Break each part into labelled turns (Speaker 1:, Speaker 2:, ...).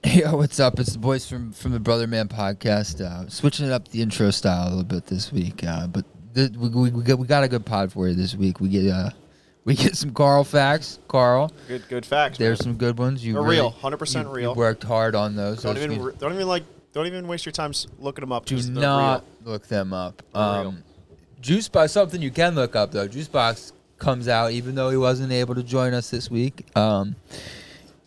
Speaker 1: Yo, what's up? It's the boys from from the Brother Man podcast. Uh, switching up the intro style a little bit this week, uh, but th- we, we, we, got, we got a good pod for you this week. We get uh, we get some Carl facts. Carl,
Speaker 2: Good, good facts.
Speaker 1: there's
Speaker 2: man.
Speaker 1: some good ones. You
Speaker 2: They're
Speaker 1: really-
Speaker 2: real, 100%
Speaker 1: you-
Speaker 2: real.
Speaker 1: You worked hard on those.
Speaker 2: Don't
Speaker 1: Those
Speaker 2: even,
Speaker 1: means-
Speaker 2: re- don't even like, don't even waste your time s- looking them up.
Speaker 1: do
Speaker 2: just they're
Speaker 1: not look them up.
Speaker 2: They're real.
Speaker 1: Um, Juice Box, something you can look up though. Juice Box comes out, even though he wasn't able to join us this week. Um,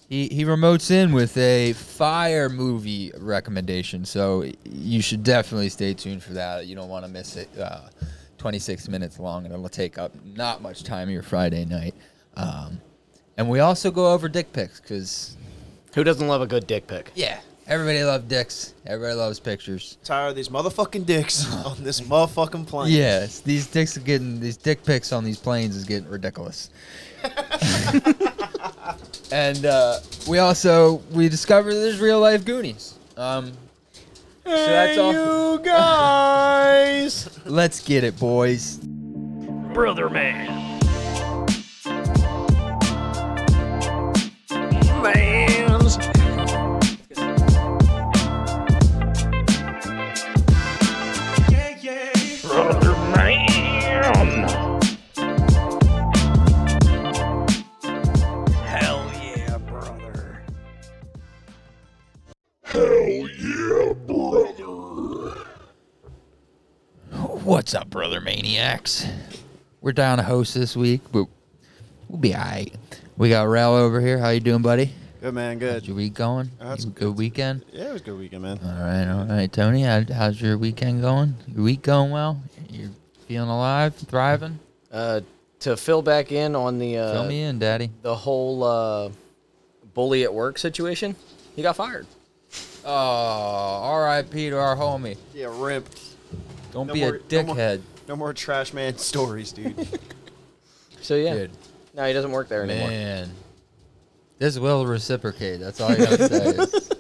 Speaker 1: he he remotes in with a fire movie recommendation, so you should definitely stay tuned for that. You don't want to miss it. Uh, 26 minutes long, and it'll take up not much time of your Friday night. Um, and we also go over dick pics because
Speaker 3: Who doesn't love a good dick pic?
Speaker 1: yeah, everybody loves dicks. Everybody loves pictures.
Speaker 2: Real. Tired of these motherfucking dicks on this motherfucking plane.
Speaker 1: Yes, these dicks are getting these dick pics on these planes is getting ridiculous. and uh, we also we discovered there's real life Goonies. Um, so that's all.
Speaker 3: you guys!
Speaker 1: Let's get it, boys.
Speaker 4: Brother Man. Mans. Brother Man. Hell yeah, brother.
Speaker 1: What's up, brother maniacs? We're down a host this week, but we'll be alright. We got Rel over here. How you doing, buddy?
Speaker 2: Good man,
Speaker 1: How's your
Speaker 2: good.
Speaker 1: week going?
Speaker 2: That's
Speaker 1: You good weekend.
Speaker 2: Yeah, it was a good weekend, man.
Speaker 1: All right, all right, Tony. How, how's your weekend going? Your week going well? You're feeling alive, thriving.
Speaker 3: Uh, to fill back in on the
Speaker 1: Fill me
Speaker 3: uh,
Speaker 1: in, Daddy.
Speaker 3: the whole uh, bully at work situation, he got fired.
Speaker 1: Oh, R.I.P. to our homie.
Speaker 2: Yeah, rip.
Speaker 1: Don't
Speaker 2: No
Speaker 1: be
Speaker 2: more-
Speaker 1: a
Speaker 2: no more-
Speaker 1: dickhead,
Speaker 2: No more trash man stories, dude.
Speaker 3: So yeah,
Speaker 1: dude.
Speaker 3: no, he doesn't work there anymore.
Speaker 1: Man, this will reciprocate. That's all I gotta say. Is,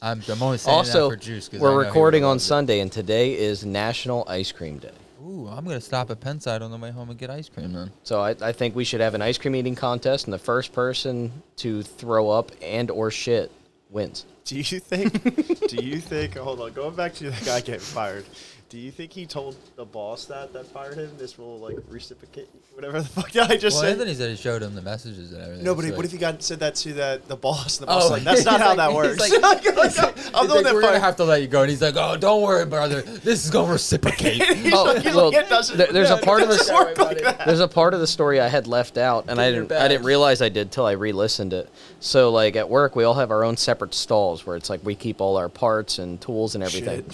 Speaker 1: I'm, I'm only saying
Speaker 3: Also,
Speaker 1: that for juice. 'cause I know
Speaker 3: we're
Speaker 1: he
Speaker 3: recording on
Speaker 1: loves it.
Speaker 3: Sunday, and today is National Ice Cream Day.
Speaker 1: Ooh, I'm gonna stop at Pennside on the way home and get ice cream then.
Speaker 3: So I, I think we should have an ice cream eating contest, and the first person to throw up and or shit wins.
Speaker 2: do you think? Do you think? Hold on. Going back to the guy getting fired. Do you think he told the boss that that fired him? This will like reciprocate whatever the fuck I just
Speaker 1: Well,
Speaker 2: said.
Speaker 1: Anthony said he showed him the messages and everything.
Speaker 2: No, but
Speaker 1: It's
Speaker 2: what
Speaker 1: like-
Speaker 2: if he got said that to that the boss? And the boss
Speaker 1: Oh,
Speaker 2: like that's not
Speaker 1: he's
Speaker 2: how
Speaker 1: like-
Speaker 2: that
Speaker 1: he's
Speaker 2: works.
Speaker 1: like-
Speaker 2: Like, I'm
Speaker 1: He's
Speaker 2: the one
Speaker 1: like,
Speaker 2: that
Speaker 1: we're gonna
Speaker 2: fired.
Speaker 1: have to let you go, and he's like, "Oh, don't worry, brother. This is gonna reciprocate."
Speaker 3: Oh,
Speaker 2: He's
Speaker 3: well,
Speaker 2: like, it doesn't.
Speaker 3: there- there's a part of
Speaker 2: it
Speaker 3: the
Speaker 2: doesn't work like that.
Speaker 3: There's a part of the story I had left out, and I
Speaker 1: Get your
Speaker 3: didn't I didn't
Speaker 1: badge.
Speaker 3: realize I did till I re-listened it. So like at work, we all have our own separate stalls where it's like we keep all our parts and tools and everything.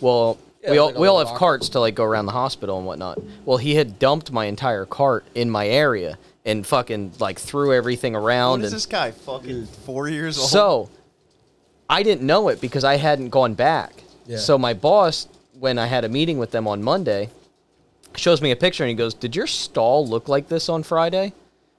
Speaker 3: Well,
Speaker 1: Yeah,
Speaker 3: we
Speaker 1: it's
Speaker 3: all
Speaker 1: like a
Speaker 3: we all
Speaker 1: little
Speaker 3: have
Speaker 1: locker.
Speaker 3: carts to like go around the hospital and whatnot. Well, he had dumped my entire cart in my area and fucking like threw everything around
Speaker 2: What is
Speaker 3: and
Speaker 2: this guy fucking four years old?
Speaker 3: so I didn't know it because I hadn't gone back.
Speaker 1: Yeah.
Speaker 3: So my boss, when I had a meeting with them on Monday, shows me a picture and he goes, Did your stall look like this on Friday? And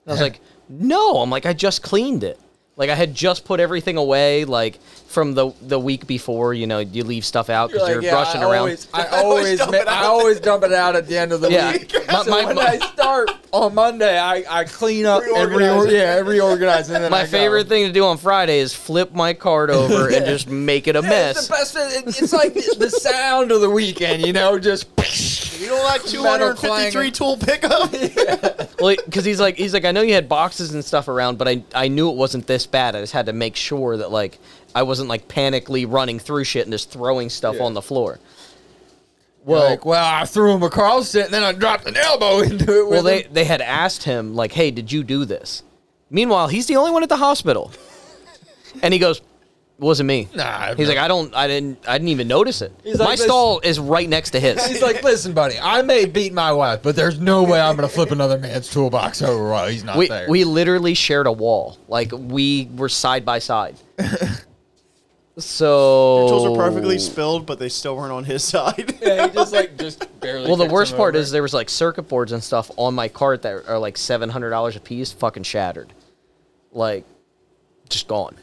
Speaker 3: I was like, No. I'm like, I just cleaned it. Like I had just put everything away, like from the the week before. You know, you leave stuff out because you're, rushing around.
Speaker 1: I
Speaker 2: I always
Speaker 1: always,
Speaker 2: dump
Speaker 1: ma-
Speaker 2: it
Speaker 1: I
Speaker 2: out.
Speaker 1: always dump it out at the end of the
Speaker 3: Yeah.
Speaker 1: week.
Speaker 3: My-
Speaker 1: so
Speaker 3: my-
Speaker 1: when I start on Monday, I, I clean up and
Speaker 2: Reorganize
Speaker 1: reorganize.
Speaker 2: it.
Speaker 1: Yeah, and reorganize. And then I
Speaker 3: my
Speaker 1: go.
Speaker 3: favorite thing to do on Friday is flip my card over and just make it a
Speaker 1: Yeah, it's
Speaker 3: mess.
Speaker 1: the best. It, it's like the, the sound of the weekend, you know, just.
Speaker 2: you don't like
Speaker 1: Metal
Speaker 2: 253 tool pickup?
Speaker 3: Well, because he's like, he's like, I know you had boxes and stuff around, but I, I knew it wasn't this bad. I just had to make sure that like I wasn't like panically running through shit and just throwing stuff on the floor. Well,
Speaker 1: like, well, I threw him across it, and then I dropped an elbow into it. with
Speaker 3: well, they
Speaker 1: him.
Speaker 3: they had asked him like, hey, did you do this? Meanwhile, he's the only one at the hospital, and he goes, wasn't me.
Speaker 1: Nah,
Speaker 3: He's
Speaker 1: bro.
Speaker 3: like, I don't, I didn't, I didn't even notice it.
Speaker 1: He's
Speaker 3: My
Speaker 1: like, "Listen."
Speaker 3: stall is right next to his.
Speaker 1: He's like, listen, buddy, I may beat my wife, but there's no way I'm gonna flip another man's toolbox over while he's not
Speaker 3: we
Speaker 1: there.
Speaker 3: we literally shared a wall. Like we were side by side. so
Speaker 2: Your tools were
Speaker 3: Oh.
Speaker 2: perfectly spilled, but they still weren't on his side.
Speaker 1: yeah, he just like just barely.
Speaker 3: Well, the
Speaker 1: picks
Speaker 3: worst
Speaker 1: him
Speaker 3: part
Speaker 1: over.
Speaker 3: is there was like circuit boards and stuff on my cart that are like seven hundred dollars a piece, fucking shattered, like just gone.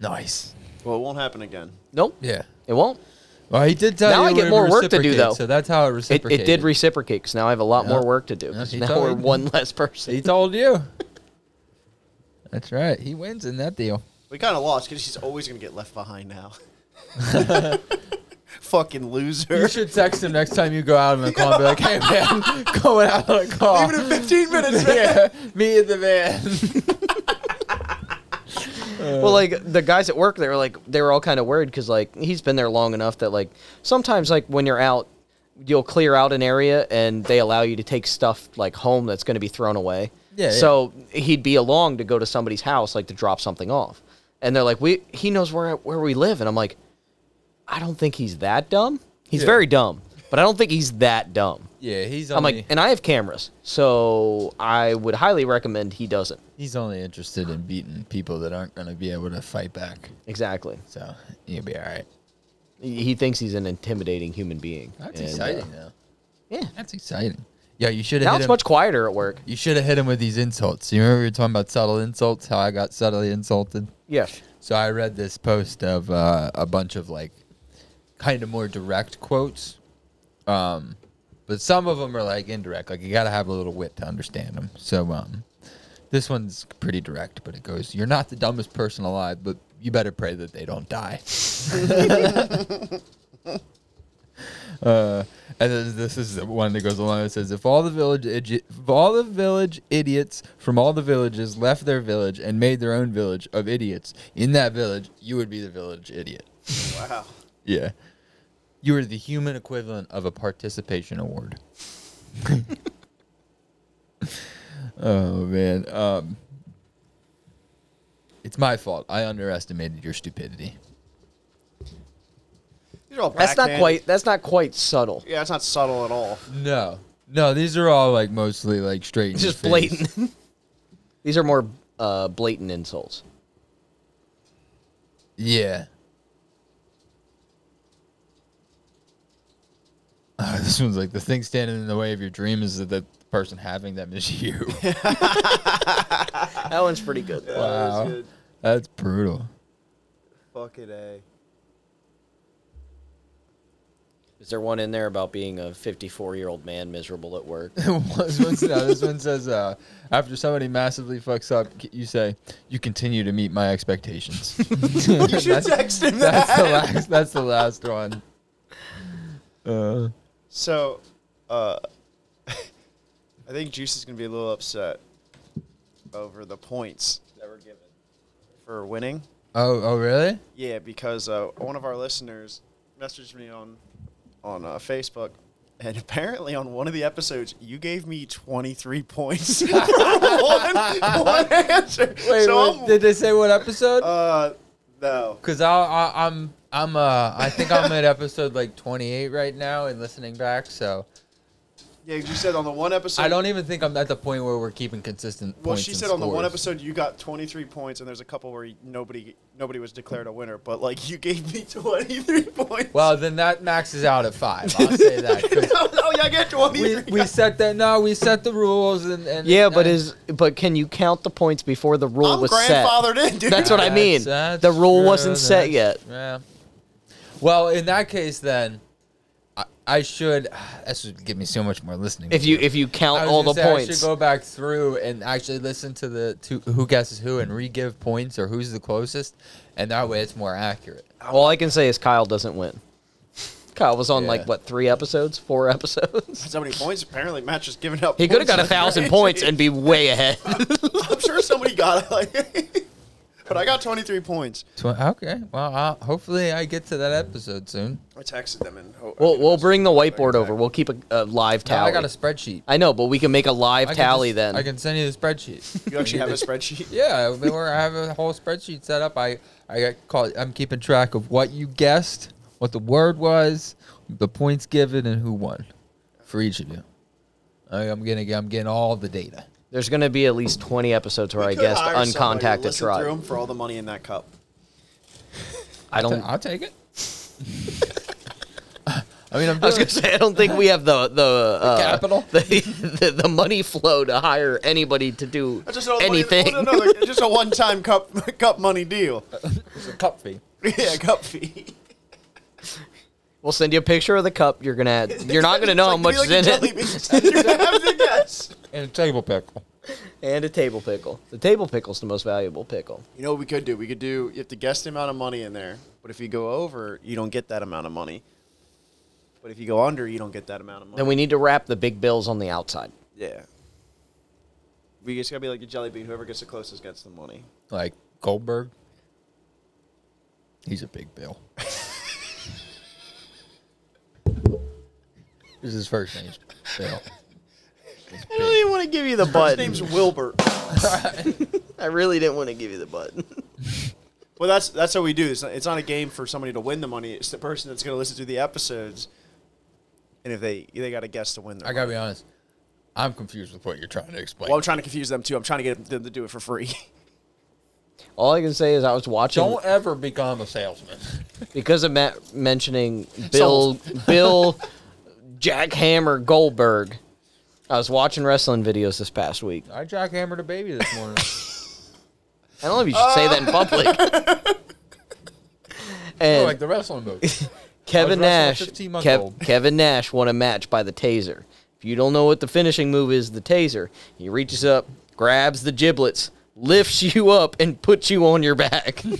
Speaker 1: nice.
Speaker 2: well, it won't happen again.
Speaker 3: Nope,
Speaker 1: Yeah.
Speaker 3: it won't.
Speaker 1: Well, he did tell
Speaker 3: Now
Speaker 1: you
Speaker 3: I
Speaker 1: it
Speaker 3: get
Speaker 1: would
Speaker 3: more work to do,
Speaker 1: reciprocate,
Speaker 3: though.
Speaker 1: So that's how it
Speaker 3: It,
Speaker 1: reciprocated.
Speaker 3: it did reciprocate because now I have a lot
Speaker 1: Yeah.
Speaker 3: more work to do.
Speaker 1: Yeah, he
Speaker 3: now
Speaker 1: told
Speaker 3: we're
Speaker 1: you.
Speaker 3: one less person.
Speaker 1: He told you. That's right. He wins in that deal.
Speaker 2: We kind of lost because she's always gonna get left behind now. Fucking loser.
Speaker 1: You should text him next time you go out on a call and be like, hey, man, going out on a call.
Speaker 2: Even in 15 minutes, man.
Speaker 1: yeah, me in the van.
Speaker 3: Well, like the guys at work, they were like they were all kind of worried because like he's been there long enough that like sometimes like when you're out, you'll clear out an area and they allow you to take stuff like home that's going to be thrown away.
Speaker 1: Yeah,
Speaker 3: So he'd be along to go to somebody's house like to drop something off, and they're like, "We he knows where where we live," and I'm like, "I don't think he's that dumb. He's
Speaker 1: Yeah.
Speaker 3: very dumb, but I don't think he's that dumb."
Speaker 1: Yeah, he's
Speaker 3: I'm
Speaker 1: only,
Speaker 3: like, and I have cameras, so I would highly recommend he doesn't.
Speaker 1: he's only interested in beating people that aren't going to be able to fight back.
Speaker 3: Exactly.
Speaker 1: So you'll be all right.
Speaker 3: He he thinks he's an intimidating human being.
Speaker 1: That's
Speaker 3: and, uh,
Speaker 1: exciting, though.
Speaker 3: yeah.
Speaker 1: That's exciting. Yeah, you should have
Speaker 3: Now
Speaker 1: hit
Speaker 3: it's
Speaker 1: him.
Speaker 3: much quieter at work.
Speaker 1: you should have hit him with these insults. You remember we were talking about subtle insults, how I got subtly insulted?
Speaker 3: Yes.
Speaker 1: So I read this post of uh, a bunch of like kind of more direct quotes, um, but some of them are like indirect. Like you got to have a little wit to understand them. So um, this one's pretty direct, but it goes, "You're not the dumbest person alive, but you better pray that they don't die." Uh, and then this is the one that goes along. It says, "If all the village, idi- if all the village idiots from all the villages left their village and made their own village of idiots in that village, you would be the village idiot."
Speaker 2: Wow.
Speaker 1: Yeah, you are the human equivalent of a participation award. oh man, um, it's my fault. I underestimated your stupidity.
Speaker 2: These are all
Speaker 3: That's not
Speaker 2: backhanded.
Speaker 3: quite. That's not quite subtle.
Speaker 2: Yeah, it's not subtle at all.
Speaker 1: No, no, these are all like mostly like straight. in
Speaker 3: It's
Speaker 1: your
Speaker 3: just
Speaker 1: face.
Speaker 3: blatant. These are more uh, blatant insults.
Speaker 1: Yeah. Uh, this one's like the thing standing in the way of your dream is that the person having them is you.
Speaker 3: That one's pretty good.
Speaker 2: Yeah, that was
Speaker 1: Wow.
Speaker 2: good. eh.
Speaker 1: That's brutal.
Speaker 2: Fucking a.
Speaker 3: Is there one in there about being a 54 year old man miserable at work?
Speaker 1: this, one's, no, this one says, uh, after somebody massively fucks up, c- you say, you continue to meet my expectations.
Speaker 2: You should
Speaker 1: that's,
Speaker 2: text him that.
Speaker 1: that's the last, that's the last one. Uh,
Speaker 2: So, uh, I think Juice is gonna be a little upset over the points that were given for winning.
Speaker 1: oh, oh, really?
Speaker 2: Yeah, because uh, one of our listeners messaged me on on uh, Facebook, and apparently on one of the episodes, you gave me twenty three points for one, one answer.
Speaker 1: Wait,
Speaker 2: so
Speaker 1: what-
Speaker 2: I'm,
Speaker 1: did they say what episode?
Speaker 2: uh, no.
Speaker 1: Cause I, I I'm I'm uh I think I'm at episode like 28 right now and listening back, so
Speaker 2: Yeah, you said on the one episode.
Speaker 1: I don't even think I'm at the point where we're keeping consistent.
Speaker 2: Well,
Speaker 1: points
Speaker 2: she
Speaker 1: and
Speaker 2: said on the one
Speaker 1: scores.
Speaker 2: episode you got 23 points, and there's a couple where you- nobody nobody was declared a winner, but like you gave me 23 points.
Speaker 1: Well, then that maxes out at five. I'll say that. 'cause
Speaker 2: no, no, yeah, I get 23.
Speaker 1: we, we set that no, we set the rules and, and
Speaker 3: yeah, but
Speaker 1: and-
Speaker 3: is but can you count the points before the rule
Speaker 2: I'm
Speaker 3: was set?
Speaker 2: grandfathered in, dude.
Speaker 3: That's what I mean.
Speaker 1: That's-
Speaker 3: The rule
Speaker 1: true,
Speaker 3: wasn't set
Speaker 1: that's-
Speaker 3: yet.
Speaker 1: Yeah. Well, in that case, then I, I should. This would give me so much more listening.
Speaker 3: If
Speaker 1: to
Speaker 3: you
Speaker 1: do.
Speaker 3: if you count
Speaker 1: I was
Speaker 3: all the
Speaker 1: gonna say, I should
Speaker 3: points,
Speaker 1: go back through and actually listen to the to who guesses who and re-give points or who's the closest, and that way it's more accurate.
Speaker 3: all I can say is Kyle doesn't win. Kyle was on
Speaker 1: Yeah.
Speaker 3: like what three episodes, four episodes.
Speaker 2: So many points. Apparently, Matt just giving up.
Speaker 3: He could have got a
Speaker 2: points.
Speaker 3: thousand points and be way ahead.
Speaker 2: I'm sure somebody got it. Like, but I got 23 points.
Speaker 1: Tw- okay. Well, I'll, hopefully I get to that episode soon.
Speaker 2: I texted them and. Oh,
Speaker 3: We'll, we'll bring the whiteboard over. We'll keep a, a live
Speaker 1: Now
Speaker 3: tally.
Speaker 1: I got a spreadsheet.
Speaker 3: I know, but we can make a live
Speaker 1: I can
Speaker 3: tally
Speaker 1: just-
Speaker 3: then.
Speaker 1: I can send you the spreadsheet.
Speaker 2: You actually have a spreadsheet.
Speaker 1: yeah, I mean, we're- I have a whole spreadsheet set up. I I got called. I'm keeping track of what you guessed, what the word was, the points given, and who won for each of you. I, I'm getting I'm getting all the data.
Speaker 3: There's going to be at least 20 episodes where I
Speaker 2: Could
Speaker 3: guess
Speaker 2: hire somebody to
Speaker 3: uncontacted
Speaker 2: listen through
Speaker 3: tribe.
Speaker 2: 'em for all the money in that cup.
Speaker 3: I don't.
Speaker 1: I'll take it. I mean, I'm
Speaker 3: I was
Speaker 1: doing-
Speaker 3: going to say I don't think we have the the, uh,
Speaker 1: capital?
Speaker 3: the, the the money flow to hire anybody to do
Speaker 2: That's Just all the money-
Speaker 3: anything. Uh,
Speaker 2: oh, no, no, like, just a one-time cup cup money deal.
Speaker 1: It's a cup fee.
Speaker 2: yeah, cup fee.
Speaker 3: We'll send you a picture of the cup. You're gonna you're not gonna know how much is in it.
Speaker 2: you have to guess.
Speaker 1: And a table pickle.
Speaker 3: and a table pickle. The table pickle's the most valuable pickle.
Speaker 2: You know what we could do? We could do you have to guess the amount of money in there, but if you go over, you don't get that amount of money. But if you go under, you don't get that amount of money.
Speaker 3: Then we need to wrap the big bills on the outside.
Speaker 2: yeah. We just gotta be like a jelly bean. Whoever gets the closest gets the money.
Speaker 1: Like Goldberg. He's a big bill. this is his first name. Bill.
Speaker 3: I don't even want to give you the
Speaker 2: His
Speaker 3: button.
Speaker 2: name's Wilbert.
Speaker 3: I really didn't want to give you the button.
Speaker 2: Well, that's that's how we do. It's not, it's not a game for somebody to win the money. It's the person that's gonna listen to the episodes, and if they they got to guess to win. Their
Speaker 1: I gotta be honest. I'm confused with what you're trying to explain.
Speaker 2: Well, I'm trying to confuse them too. I'm trying to get them to do it for free.
Speaker 3: All I can say is I was watching
Speaker 1: Don't ever become a salesman.
Speaker 3: because of Matt mentioning Bill Bill Jackhammer Goldberg. I was watching wrestling videos this past week.
Speaker 1: I jackhammered a baby this morning.
Speaker 3: I don't know if you should say that in public.
Speaker 1: Oh,
Speaker 3: and
Speaker 1: like Uh. the wrestling movie.
Speaker 3: Kevin
Speaker 1: I was wrestling
Speaker 3: Nash,
Speaker 1: 15 month
Speaker 3: Kev,
Speaker 1: old.
Speaker 3: Kevin Nash won a match by the taser. If you don't know what the finishing move is, the taser. He reaches up, grabs the giblets, lifts you up, and puts you on your back.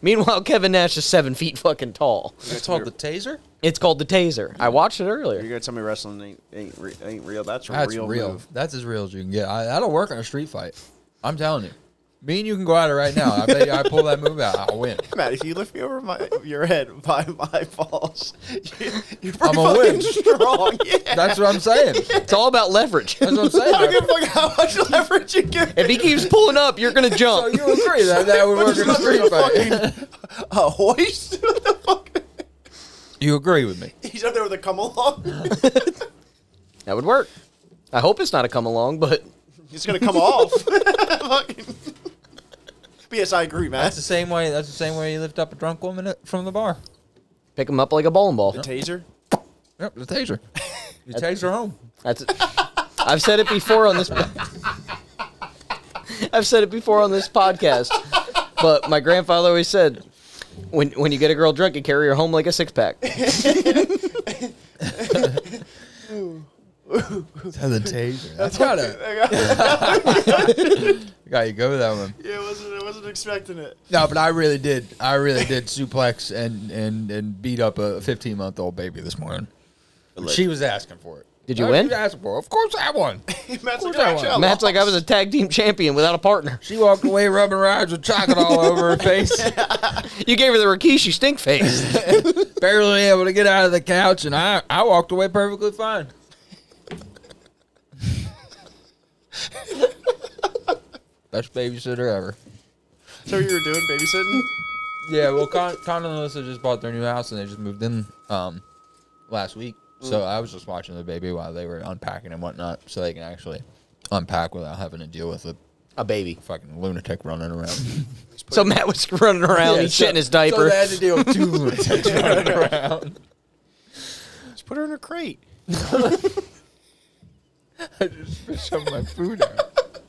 Speaker 3: Meanwhile, Kevin Nash is seven feet fucking tall.
Speaker 1: It's called the taser.
Speaker 3: It's called the taser. I watched it
Speaker 2: You're
Speaker 3: earlier.
Speaker 2: gonna tell me wrestling ain't ain't, re- ain't real. That's a
Speaker 1: That's
Speaker 2: real,
Speaker 1: real.
Speaker 2: move.
Speaker 1: That's as real as you can get. I, that'll work on a street fight. I'm telling you. Me and you can go at it right now. I bet you I pull that move out. I'll win.
Speaker 2: Matt, if you lift me over my your head by my balls, you, you're pretty
Speaker 1: I'm a
Speaker 2: fucking
Speaker 1: win.
Speaker 2: strong. Yeah.
Speaker 1: That's what I'm saying.
Speaker 3: It's all about leverage.
Speaker 1: That's what I'm saying.
Speaker 2: I don't give a fuck how much leverage you give.
Speaker 3: if he keeps pulling up, you're gonna
Speaker 1: So
Speaker 3: jump.
Speaker 1: Oh, you agree that that would work in a street fight?
Speaker 2: a hoist? what the fuck?
Speaker 1: You agree with me?
Speaker 2: He's up there with a come along.
Speaker 3: That would work. I hope it's not a come along, but
Speaker 2: He's gonna come off. Fucking- but yes, I agree,
Speaker 1: That's
Speaker 2: Matt.
Speaker 1: the same way. That's the same way you lift up a drunk woman at- from the bar.
Speaker 3: pick him up like a bowling ball.
Speaker 2: taser.
Speaker 1: Yep, the taser. You taser home.
Speaker 3: That's. I've said it before on this. I've said it before on this podcast, but my grandfather always said, "When when you get a girl drunk, you carry her home like a six pack."
Speaker 1: the taser. That's gotta. Got you go with that one.
Speaker 2: yeah, I wasn't, I wasn't expecting it.
Speaker 1: No, but I really did. I really did suplex and and and beat up a 15 month old baby this morning. She was asking for it.
Speaker 3: Did you
Speaker 1: That's what
Speaker 3: win?
Speaker 1: She was asking for it. Of course I won.
Speaker 2: Matt's
Speaker 1: Of course
Speaker 2: like,
Speaker 1: I
Speaker 2: actually,
Speaker 1: won.
Speaker 3: Matt's like, "I was a tag team champion without a partner."
Speaker 1: She walked away rubbing her eyes with chocolate all over her face,
Speaker 3: You gave her the Rikishi stink face.
Speaker 1: barely able to get out of the couch, and I I walked away perfectly fine. Best babysitter ever.
Speaker 2: So you were doing babysitting?
Speaker 1: Yeah, well, Con, Con and Alyssa just bought their new house and they just moved in um, last week. So I was just watching the baby while they were unpacking and whatnot, so they can actually unpack without having to deal with a
Speaker 3: a baby.
Speaker 1: fucking lunatic running around.
Speaker 3: So Matt was running around,
Speaker 1: Yeah,
Speaker 3: he's
Speaker 1: so-
Speaker 3: shitting his
Speaker 1: So
Speaker 3: diaper.
Speaker 1: they had to deal with two lunatics running around.
Speaker 2: Just put her in a crate.
Speaker 1: I just fish up my food out.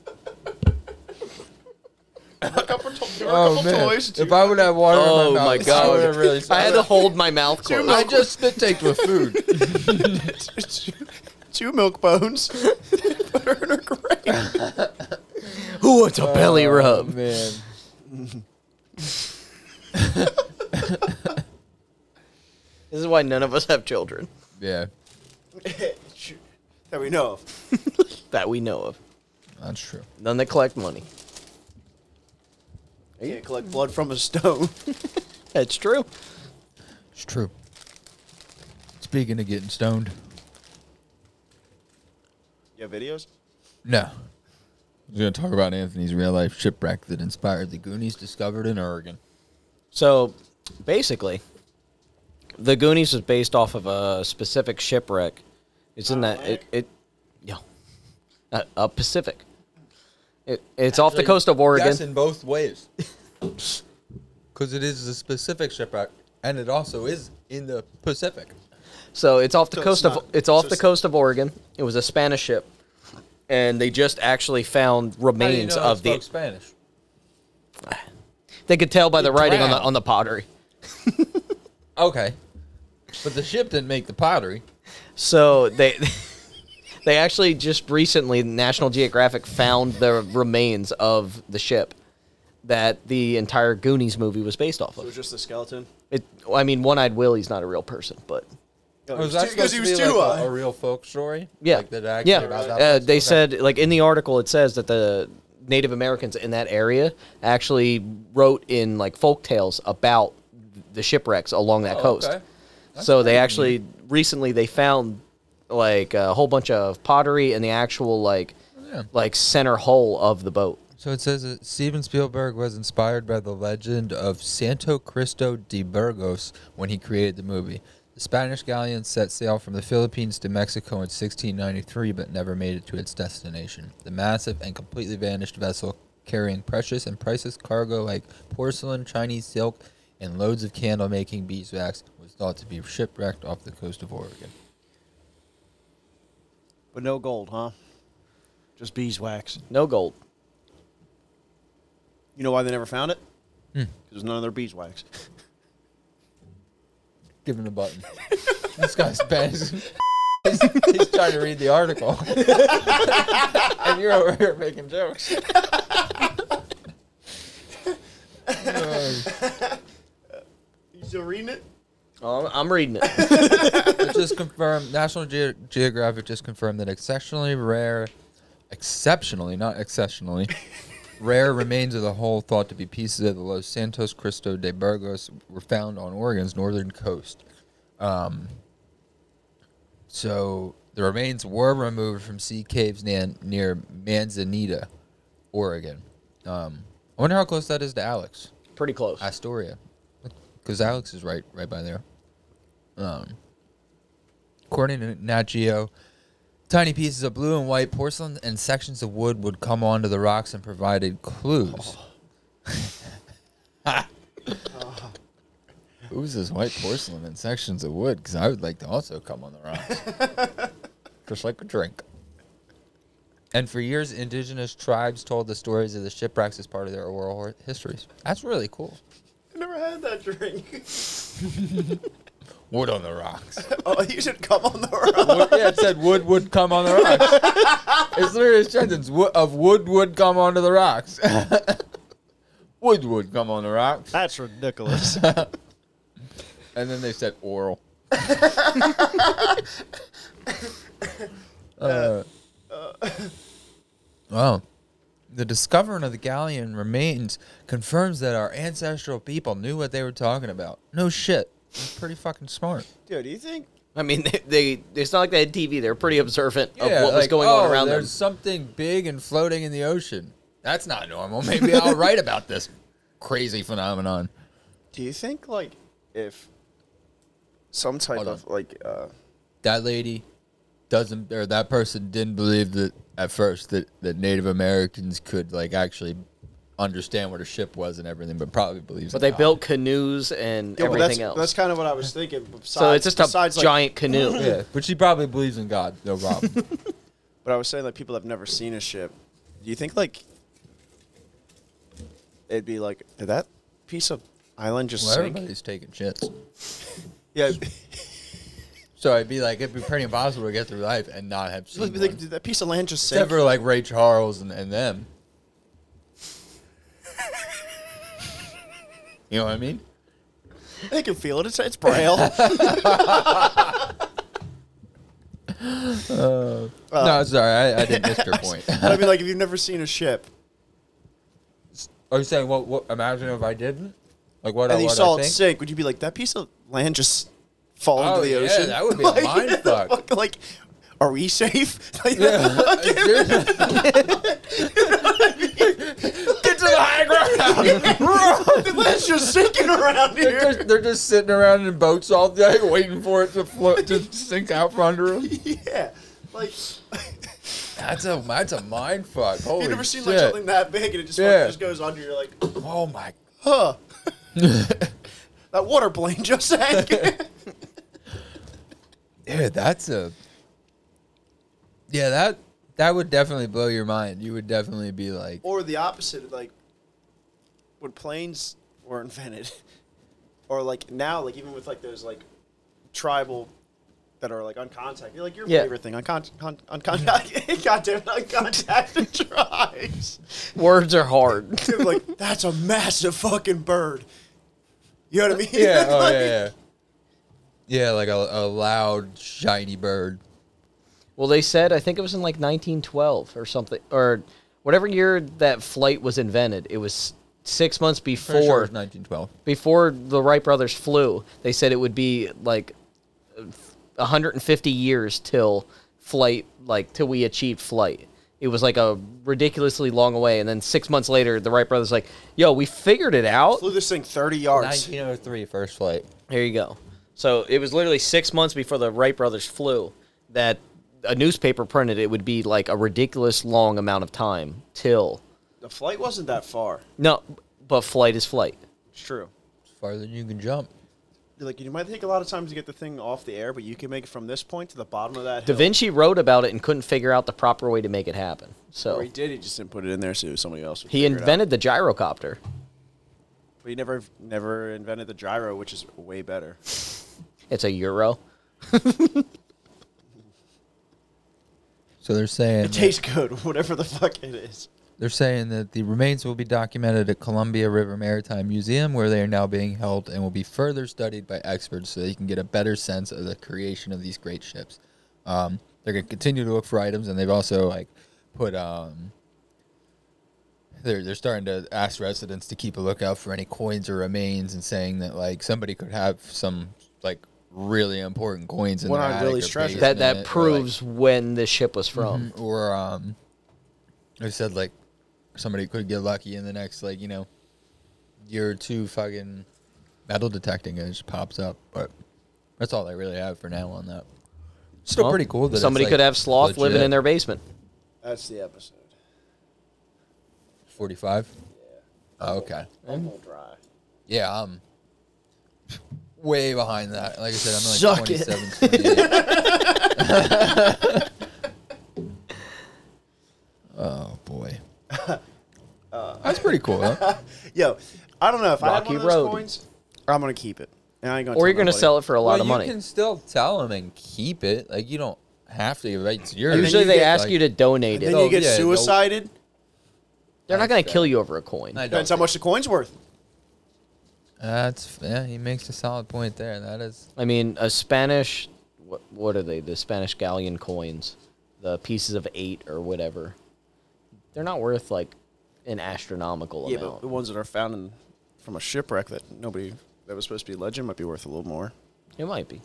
Speaker 2: A couple, to- there were a
Speaker 1: Oh
Speaker 2: couple
Speaker 1: man!
Speaker 2: toys.
Speaker 1: If I would have water
Speaker 3: oh
Speaker 1: in my mouth,
Speaker 3: my
Speaker 1: I would
Speaker 3: god!
Speaker 1: have really.
Speaker 3: I had to hold my mouth closed.
Speaker 1: I just spit taked with food.
Speaker 2: two, two milk bones. Put her in her grave.
Speaker 3: Who wants a belly
Speaker 1: Oh
Speaker 3: rub?
Speaker 1: man!
Speaker 3: This is why none of us have children
Speaker 1: Yeah,
Speaker 2: that we know of.
Speaker 3: that we know of.
Speaker 1: that's true.
Speaker 3: None that collect money.
Speaker 2: You can't collect blood from a stone.
Speaker 3: That's true.
Speaker 1: It's true. Speaking of getting stoned,
Speaker 2: You have videos?
Speaker 1: no. We're gonna talk about Anthony's real life shipwreck that inspired the Goonies discovered in Oregon.
Speaker 3: So basically, the Goonies was based off of a specific shipwreck. It's in that it, it yeah, a, a Pacific. It, it's off the coast of Oregon.
Speaker 1: Yes, in both ways. Because it is a specific shipwreck, and it also is in the Pacific.
Speaker 3: So it's off the
Speaker 2: So it's
Speaker 3: coast
Speaker 2: not-
Speaker 3: of it's off
Speaker 2: so
Speaker 3: the
Speaker 2: it's-
Speaker 3: coast of Oregon. It was a Spanish ship, and they just actually found
Speaker 1: How do you
Speaker 3: remains
Speaker 1: know
Speaker 3: of
Speaker 1: it
Speaker 3: the.
Speaker 1: spoke Spanish.
Speaker 3: They could tell by the writing on the
Speaker 1: drowned.
Speaker 3: on the pottery.
Speaker 1: Okay, but the ship didn't make the pottery.
Speaker 3: So they They actually just recently National Geographic found the remains of the ship that the entire Goonies movie was based off
Speaker 2: It was
Speaker 3: of.
Speaker 2: just the skeleton.
Speaker 3: It, I mean, One-Eyed Willie's not a real person, but
Speaker 2: No,
Speaker 1: was
Speaker 2: Oh,
Speaker 1: that
Speaker 2: it was
Speaker 1: supposed
Speaker 2: because he
Speaker 1: to
Speaker 2: was
Speaker 1: be
Speaker 2: too
Speaker 1: like a, a
Speaker 2: high.
Speaker 1: real folk story?
Speaker 3: yeah,
Speaker 1: Like, that actually
Speaker 3: yeah.
Speaker 1: about that
Speaker 3: Uh,
Speaker 1: place?
Speaker 3: they
Speaker 1: Okay.
Speaker 3: said like in the article it says that the Native Americans in that area actually wrote in like folk tales about the shipwrecks along that
Speaker 1: Oh,
Speaker 3: coast.
Speaker 1: okay.
Speaker 3: so they actually recently they found like a whole bunch of pottery and the actual like
Speaker 1: Oh, Yeah.
Speaker 3: like center hull of the boat.
Speaker 1: So it says that Steven Spielberg was inspired by the legend of Santo Cristo de Burgos when he created the movie. The Spanish galleon set sail from the Philippines to Mexico in 1693 but never made it to its destination. The massive and completely vanished vessel carrying precious and priceless cargo like porcelain, Chinese silk, and loads of candle making beeswax was thought to be shipwrecked off the coast of Oregon.
Speaker 2: But no gold, huh? Just beeswax.
Speaker 3: No gold.
Speaker 2: You know why they never found it?
Speaker 1: Hmm.
Speaker 2: Because there's none of their beeswax.
Speaker 1: Give him the button. this guy's bad. He's, he's trying to read the article. and you're over here making jokes. Um,
Speaker 2: You still reading it?
Speaker 3: Oh, I'm- I'm reading it.
Speaker 1: it just confirmed National Ge- Geographic just confirmed that exceptionally rare, exceptionally not exceptionally, rare remains of the whole thought to be pieces of the Los Santos Cristo de Burgos were found on Oregon's northern coast. Um, so the remains were removed from sea caves nan- near Manzanita, Oregon. Um, I wonder how close that is to Alex
Speaker 3: Pretty close.
Speaker 1: Astoria, because Alex is right right by there. Um, according to Nat Geo, tiny pieces of blue and white porcelain and sections of wood would come onto the rocks and provided clues. Who's this white porcelain and sections of wood? Because I would like to also come on the rocks, just like a drink. And for years, indigenous tribes told the stories of the shipwrecks as part of their oral hor- histories. That's really cool.
Speaker 2: I never had that drink.
Speaker 1: Wood on the rocks.
Speaker 2: oh, you should come on the road.
Speaker 1: Wood- yeah, it said wood would come on the rocks. it's literally a sentence wo- of wood would come onto the rocks. wood would come on the rocks.
Speaker 2: That's ridiculous.
Speaker 1: And then they said oral. uh, wow. uh. The discovering of the galleon remains confirms that our ancestral people knew what they were talking about. No shit. They're pretty fucking smart.
Speaker 2: Dude, do you think?
Speaker 3: I mean, they, they it's not like they had TV. They're pretty observant of what was
Speaker 1: like,
Speaker 3: going
Speaker 1: oh,
Speaker 3: on around them.
Speaker 1: There's something big and floating in the ocean. That's not normal. Maybe I'll write about this crazy phenomenon.
Speaker 2: Do you think like if some type
Speaker 1: Hold on.
Speaker 2: of like uh,
Speaker 1: That lady doesn't, or that person didn't believe that at first that, that Native Americans could like actually understand what a ship was and everything, but probably believes.
Speaker 3: But
Speaker 1: in
Speaker 3: they
Speaker 1: God.
Speaker 3: built canoes and
Speaker 2: yeah, but
Speaker 3: everything
Speaker 2: that's,
Speaker 3: else.
Speaker 2: That's kind of what I was thinking. Besides,
Speaker 3: so it's just a
Speaker 2: besides, like-
Speaker 3: giant canoe.
Speaker 1: Yeah, but she probably believes in God. No problem.
Speaker 2: But I was saying like people have never seen a ship. Do you think like it'd be like did that piece of island just
Speaker 1: well,
Speaker 2: sink?
Speaker 1: everybody's taking shits.
Speaker 2: Yeah.
Speaker 1: So it'd be like it'd be pretty impossible to get through life and not have seen
Speaker 2: Like,
Speaker 1: one.
Speaker 2: like, did that piece of land just sink?
Speaker 1: Except for like Ray Charles and, and them. you know what I mean?
Speaker 2: They can feel it. It's, it's braille. Uh,
Speaker 1: no, sorry, I, I didn't miss your point.
Speaker 2: I mean, like if you've never seen a ship
Speaker 1: Are you saying what? What? Imagine if I didn't. Like what?
Speaker 2: and
Speaker 1: I,
Speaker 2: you
Speaker 1: what
Speaker 2: saw
Speaker 1: I
Speaker 2: it
Speaker 1: think?
Speaker 2: sink, would you be like that piece of land just fall
Speaker 1: Oh,
Speaker 2: into the
Speaker 1: yeah,
Speaker 2: ocean?
Speaker 1: that would be a
Speaker 2: like,
Speaker 1: mind fuck.
Speaker 2: fuck, Like, are we safe? Like,
Speaker 1: Yeah. Dude. Get to the high ground.
Speaker 2: the land's just sinking around
Speaker 1: they're,
Speaker 2: here.
Speaker 1: just, they're just sitting around in boats all day, waiting for it to float to sink out from under them.
Speaker 2: yeah, like
Speaker 1: That's a that's a mind fuck. Holy
Speaker 2: you've never seen
Speaker 1: shit.
Speaker 2: like something that big and it just fucking
Speaker 1: Yeah.
Speaker 2: just goes under. You're like,
Speaker 1: Oh my
Speaker 2: huh? that water plane just sank.
Speaker 1: Dude, that's a yeah that that would definitely blow your mind. You would definitely be like,
Speaker 2: or the opposite, like when planes were invented, or like now, like even with like those like tribal that are like uncontacted. Like your
Speaker 3: Yeah.
Speaker 2: favorite thing, uncon- un- uncontacted. Goddamn, uncontacted tribes.
Speaker 3: Words are hard.
Speaker 2: Dude, like that's a massive fucking bird. You know what I mean?
Speaker 1: Yeah, oh,
Speaker 2: Like,
Speaker 1: yeah, yeah. Yeah, like a, a loud, shiny bird.
Speaker 3: Well, they said I think it was in like 1912 or something, or whatever year that flight was invented. It was six months
Speaker 1: Pretty sure
Speaker 3: before
Speaker 1: it was 1912.
Speaker 3: before the Wright brothers flew. They said it would be like 150 years till flight, like till we achieved flight. It was like a ridiculously long way, and then six months later, the Wright brothers like, "Yo, we figured it out."
Speaker 2: Flew this thing thirty yards.
Speaker 1: 1903, first flight.
Speaker 3: There you go. So it was literally six months before the Wright brothers flew that a newspaper printed it would be like a ridiculous long amount of time till
Speaker 2: The flight wasn't that far.
Speaker 3: no, but flight is flight.
Speaker 2: It's true.
Speaker 1: It's farther than you can jump.
Speaker 2: Like you might take a lot of time to get the thing off the air, but you can make it from this point to the bottom of that
Speaker 3: Da
Speaker 2: hill.
Speaker 3: Vinci wrote about it and couldn't figure out the proper way to make it happen.
Speaker 2: Or
Speaker 3: So
Speaker 2: he did. He just didn't put it in there, so somebody else. would
Speaker 3: he
Speaker 2: figure it out.
Speaker 3: invented the gyrocopter.
Speaker 2: But he never, never invented the gyro, which is way better.
Speaker 3: It's a euro.
Speaker 1: So they're saying
Speaker 2: It tastes good, whatever the fuck it is.
Speaker 1: They're saying that the remains will be documented at Columbia River Maritime Museum, where they are now being held and will be further studied by experts so they can get a better sense of the creation of these great ships. Um, they're going to continue to look for items, and they've also like put um, they're they're starting to ask residents to keep a lookout for any coins or remains, and saying that like somebody could have some like really important coins in
Speaker 2: One
Speaker 1: their
Speaker 2: on
Speaker 1: attic
Speaker 2: Willie's
Speaker 1: or
Speaker 2: treasure.
Speaker 3: That
Speaker 1: basement, or,
Speaker 3: that
Speaker 1: like,
Speaker 3: proves when this ship was from.
Speaker 1: or um, they said like somebody could get lucky in the next like you know year or two. Fucking metal detecting and it just pops up, but that's all they really have for now on that. Still
Speaker 3: Well,
Speaker 1: pretty cool. That it's,
Speaker 3: Somebody
Speaker 1: like,
Speaker 3: could have sloth living
Speaker 1: legit.
Speaker 3: in their basement.
Speaker 2: That's the episode.
Speaker 1: forty-five.
Speaker 2: Yeah,
Speaker 1: Oh, okay,
Speaker 2: I'm all dry.
Speaker 1: yeah, I'm way behind that. Like I said, I'm like
Speaker 2: Suck it.
Speaker 1: 27, 28. oh boy,
Speaker 2: Uh,
Speaker 1: that's pretty cool. Huh?
Speaker 2: Yo, I don't know if I have
Speaker 3: Rocky
Speaker 2: one of those
Speaker 3: Road.
Speaker 2: coins, or I'm gonna keep it, and I ain't gonna.
Speaker 3: Or
Speaker 2: tell
Speaker 3: you're going to
Speaker 2: nobody.
Speaker 3: sell it for a lot
Speaker 1: well,
Speaker 3: of money.
Speaker 1: You can still tell them and keep it. Like you don't have to. Right? It's yours.
Speaker 2: then
Speaker 3: Usually
Speaker 2: you
Speaker 3: they
Speaker 2: get,
Speaker 3: ask
Speaker 1: like-
Speaker 3: you to
Speaker 2: And
Speaker 3: donate it.
Speaker 2: then you get
Speaker 1: yeah, they'll-
Speaker 2: suicided.
Speaker 3: They're not going to kill you over a coin.
Speaker 1: I don't
Speaker 2: Depends how
Speaker 1: think-
Speaker 2: much the coin's worth.
Speaker 1: That's yeah. He makes a solid point there. That is.
Speaker 3: I mean, a Spanish. What, what are they? The Spanish galleon coins, the pieces of eight or whatever. They're not worth like an astronomical
Speaker 2: Yeah, but
Speaker 3: amount.
Speaker 2: the ones that are found in, from a shipwreck that nobody that was supposed to be legend might be worth a little more.
Speaker 3: it might be.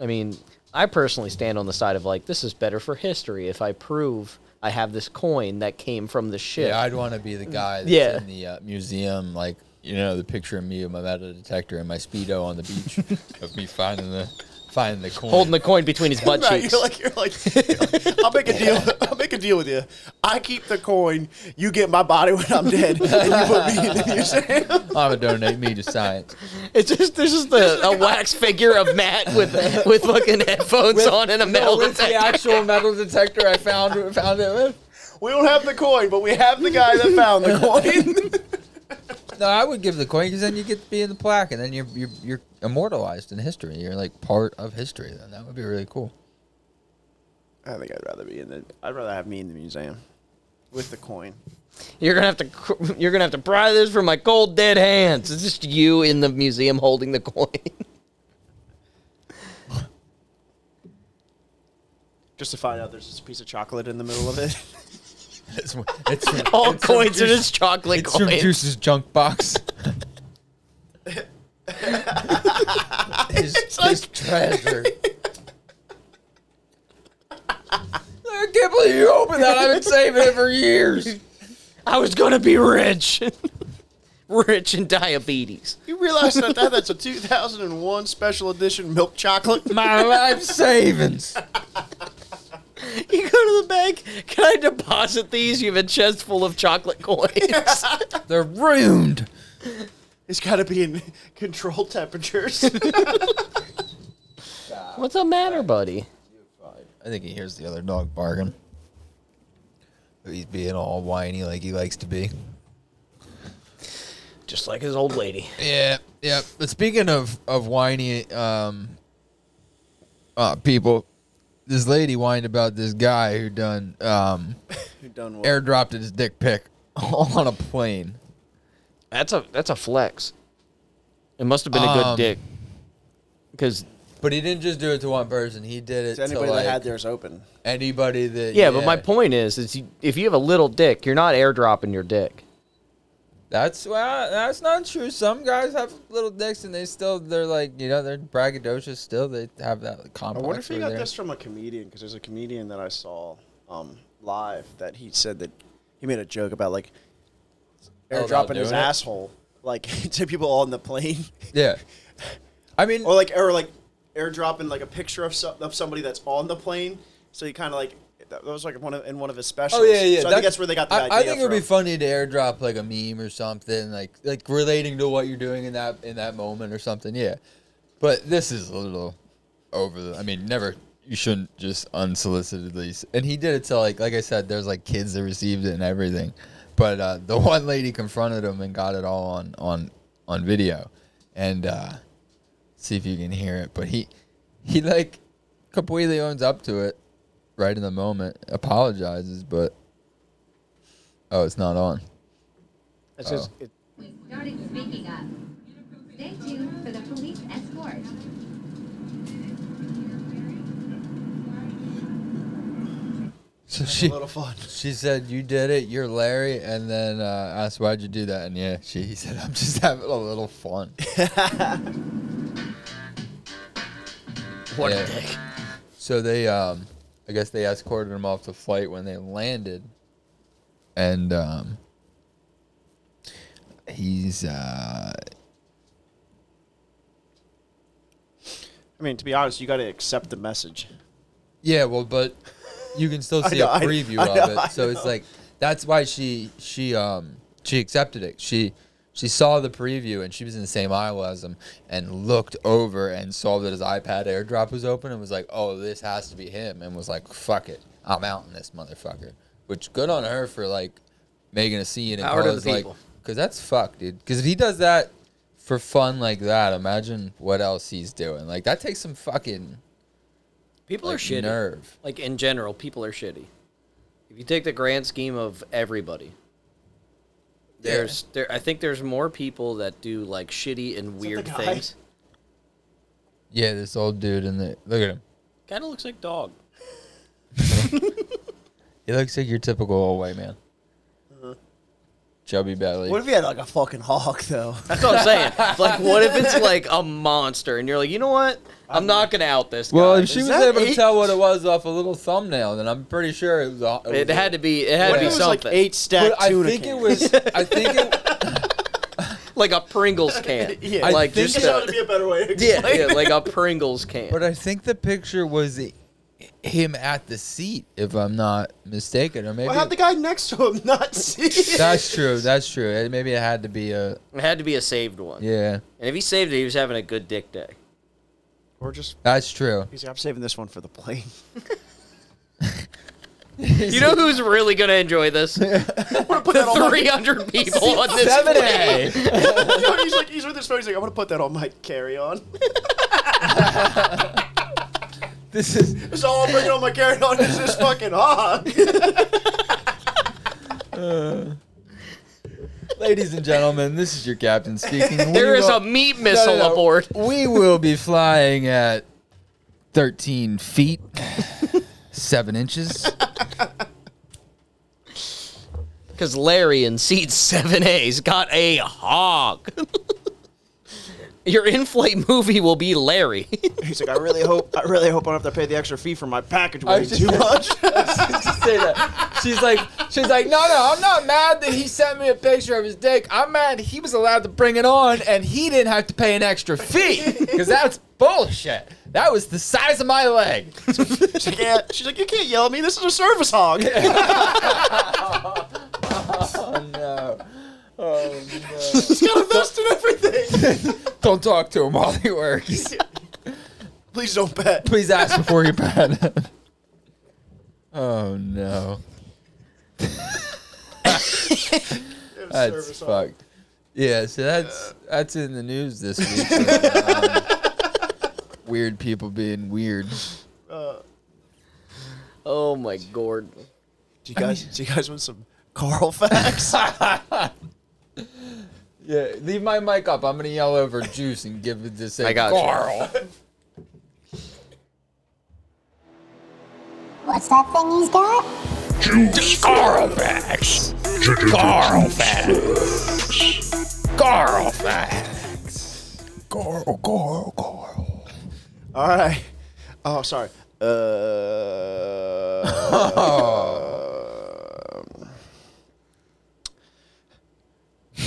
Speaker 3: I mean, I personally stand on the side of like this is better for history if I prove I have this coin that came from the ship.
Speaker 1: Yeah, I'd want to be the guy that's
Speaker 3: Yeah.
Speaker 1: in the uh, museum, like you know, the picture of me with my metal detector and my speedo on the beach, of me finding the finding the coin.
Speaker 3: Holding the coin between his butt
Speaker 2: Right,
Speaker 3: cheeks.
Speaker 2: You're like, you're like, I'll make a deal. I'll make a deal with you. I keep the coin. You get my body when I'm dead. And you put me in the museum.
Speaker 1: I would donate me to science.
Speaker 3: It's just there's just the, a wax figure of Matt with with fucking headphones on and a metal detector.
Speaker 1: actual metal detector I found found it with.
Speaker 2: We don't have the coin, but we have the guy that found the coin.
Speaker 1: No, I would give the coin because then you get to be in the plaque, and then you're you're, you're immortalized in history. You're like part of history. Then that would be really cool.
Speaker 2: I think I'd rather be in the. I'd rather have me in the museum with the coin.
Speaker 3: You're gonna have to cr- you're gonna have to pry this from my cold dead hands. It's just you in the museum holding the coin.
Speaker 2: Just to find out there's just a piece of chocolate in the middle of it.
Speaker 1: It's, it's from-
Speaker 3: All
Speaker 1: it's from
Speaker 3: coins are
Speaker 1: Juice-
Speaker 3: just chocolate
Speaker 1: It's from
Speaker 3: coins.
Speaker 1: Juice's junk box. his, his treasure. I can't believe you opened that. I've been saving it for years.
Speaker 3: I was gonna be rich, rich in diabetes.
Speaker 2: you realize that, that that's a 2001 special edition milk chocolate?
Speaker 1: My life savings.
Speaker 3: You go to the bank. Can I deposit these? You have a chest full of chocolate coins.
Speaker 1: They're ruined.
Speaker 2: It's got to be in controlled temperatures.
Speaker 3: What's the matter, buddy?
Speaker 1: I think he hears the other dog barking. He's being all whiny like he likes to be.
Speaker 3: Just like his old lady.
Speaker 1: Yeah, yeah. But speaking of of whiny, um, uh, people. This lady whined about this guy who done um,
Speaker 2: Who done what?
Speaker 1: airdropped his dick pic on a plane.
Speaker 3: That's a that's a flex. It must have been a
Speaker 1: Um,
Speaker 3: good dick. Because
Speaker 1: But he didn't just do it to one person. He did it
Speaker 2: To anybody
Speaker 1: to like,
Speaker 2: that had theirs open.
Speaker 1: anybody that.
Speaker 3: yeah, but my point is, is you, if you have a little dick, you're not airdropping your dick.
Speaker 1: That's well, that's not true. Some guys have little dicks and they still they're like you know they're braggadocious still. They have that
Speaker 2: I
Speaker 1: complex.
Speaker 2: wonder if he
Speaker 1: where
Speaker 2: got
Speaker 1: they're-
Speaker 2: this from a comedian because there's a comedian that I saw um, live that he said that he made a joke about like
Speaker 1: Oh, about
Speaker 2: airdropping his
Speaker 1: doing it?
Speaker 2: asshole like to people on the plane
Speaker 1: Yeah, I mean,
Speaker 2: or like or like airdropping like a picture of so, of somebody that's on the plane. So he kind of like that was like one of in one of his specials.
Speaker 1: oh yeah, yeah.
Speaker 2: So I think that's where they got the
Speaker 1: I,
Speaker 2: idea.
Speaker 1: I think it would be
Speaker 2: from.
Speaker 1: funny to airdrop like a meme or something like like relating to what you're doing in that in that moment or something. Yeah, but this is a little over the. I mean, never. You shouldn't just unsolicitedly. s- And he did it to like like I said. There's like kids that received it and everything. But uh, the one lady confronted him and got it all on on on video, and uh, see if you can hear it. But he he like completely owns up to it right in the moment, apologizes, but oh, it's not on.
Speaker 3: That's
Speaker 1: Oh.
Speaker 3: just it,
Speaker 5: Starting speaking up. Stay tuned for the police escort.
Speaker 1: So she
Speaker 2: a little fun.
Speaker 1: she said you did it, you're Larry, and then uh, asked why'd you do that, and yeah, she he said I'm just having a little fun.
Speaker 3: what
Speaker 1: Yeah.
Speaker 3: a dick.
Speaker 1: So they, um, I guess they escorted him off the flight when they landed, and um, he's uh,
Speaker 2: I mean, to be honest, you got to accept the message.
Speaker 1: Yeah, well, but you can still
Speaker 2: I
Speaker 1: see
Speaker 2: know,
Speaker 1: a
Speaker 2: I-
Speaker 1: preview
Speaker 2: I
Speaker 1: of
Speaker 2: know, I
Speaker 1: it, so it's
Speaker 2: know.
Speaker 1: like that's why she she um she accepted it. She she saw the preview and she was in the same aisle as him and looked over and saw that his iPad AirDrop was open and was like, "Oh, this has to be him," and was like, "Fuck it, I'm out in this motherfucker." Which good on her for like making a scene and
Speaker 3: Power to the
Speaker 1: cause, like
Speaker 3: people.
Speaker 1: because that's fucked, dude. Because if he does that for fun like that, imagine what else he's doing. Like that takes some fucking
Speaker 3: People
Speaker 1: like,
Speaker 3: are shitty.
Speaker 1: nerve.
Speaker 3: Like in general, people are shitty. If you take the grand scheme of everybody,
Speaker 1: Yeah.
Speaker 3: there's there. I think there's more people that do like shitty and
Speaker 2: that
Speaker 3: weird
Speaker 2: the guy?
Speaker 3: things.
Speaker 1: Yeah, this old dude in the look at him.
Speaker 3: Kind of looks like dog.
Speaker 1: He looks like your typical old white man.
Speaker 3: Uh-huh.
Speaker 1: Chubby belly.
Speaker 2: What if he had like a fucking hawk though?
Speaker 3: That's what I'm saying. like, what if it's like a monster, and you're like, you know what? I'm not gonna out this.
Speaker 1: well,
Speaker 3: guy.
Speaker 1: if she
Speaker 2: Is
Speaker 1: was
Speaker 2: that
Speaker 1: able to
Speaker 2: eight?
Speaker 1: tell what it was off a little thumbnail, then I'm pretty sure it was. a-
Speaker 3: it
Speaker 1: was
Speaker 3: had
Speaker 1: a-
Speaker 3: to be. It had
Speaker 2: What if
Speaker 3: to
Speaker 2: it
Speaker 3: be
Speaker 2: was like
Speaker 3: something.
Speaker 2: eight stack
Speaker 1: But I
Speaker 2: tuna
Speaker 1: think it
Speaker 2: cans?
Speaker 1: was. I think it.
Speaker 3: like a Pringles can.
Speaker 2: Yeah. I
Speaker 3: like
Speaker 1: think
Speaker 3: just
Speaker 2: This
Speaker 1: so.
Speaker 2: ought
Speaker 3: a,
Speaker 2: to be a better way. To
Speaker 3: yeah,
Speaker 2: explain
Speaker 3: yeah,
Speaker 2: it.
Speaker 3: like a Pringles can.
Speaker 1: But I think the picture was i- him at the seat, if I'm not mistaken, or maybe.
Speaker 2: Well, how'd the guy next to him not see? it?
Speaker 1: that's true. That's true. It- Maybe it had to be a.
Speaker 3: it had to be a saved one.
Speaker 1: Yeah,
Speaker 3: And if he saved it, he was having a good dick day.
Speaker 2: Or just
Speaker 1: that's true.
Speaker 2: he's like, I'm saving this one for the plane.
Speaker 3: You know who's really gonna enjoy this? the
Speaker 2: I'm gonna put that on my-
Speaker 3: 300 people on this.
Speaker 1: Seven
Speaker 3: plane.
Speaker 1: A.
Speaker 2: You know, he's like, he's with his phone. He's like, I'm gonna put that on my carry-on.
Speaker 1: This is.
Speaker 2: That's all "Oh, I'm bringing on my carry-on is this fucking hog.
Speaker 1: Ladies and gentlemen, this is your captain speaking.
Speaker 3: There
Speaker 1: We
Speaker 3: is
Speaker 1: will-
Speaker 3: a meat missile
Speaker 1: no, no.
Speaker 3: aboard.
Speaker 1: We will be flying at 13 feet, 7 inches.
Speaker 3: Because Larry in seat 7A's got a hog. Your in-flight movie will be Larry.
Speaker 2: He's like, I really hope, I really hope I don't have to pay the extra fee for my package
Speaker 1: I
Speaker 2: weighing
Speaker 1: was just-
Speaker 2: too much.
Speaker 1: Say that. She's like, she's like, no, no, I'm not mad that he sent me a picture of his dick. I'm mad he was allowed to bring it on and he didn't have to pay an extra fee because that's bullshit. That was the size of my leg.
Speaker 2: She's like, yeah. She's like, you can't yell at me. This is a service hog.
Speaker 1: Oh no. Oh no.
Speaker 2: He's got a vest and everything.
Speaker 1: Don't talk to him while he works.
Speaker 2: Please don't bet.
Speaker 1: Please ask before you bet. oh no. That's fucked. Yeah, so that's that's in the news this week. so, um, weird people being weird.
Speaker 2: Uh,
Speaker 3: Oh my gourd.
Speaker 2: do you guys? do you guys want some Carl facts?
Speaker 1: Yeah, leave my mic up. I'm gonna yell over juice and give it this.
Speaker 3: I got you.
Speaker 1: Carl.
Speaker 6: What's that thing he's got?
Speaker 4: Juice Carlfax. Carlfax. Carlfax. Carl, Carl, Carl.
Speaker 2: All right. Oh, sorry. Uh, um,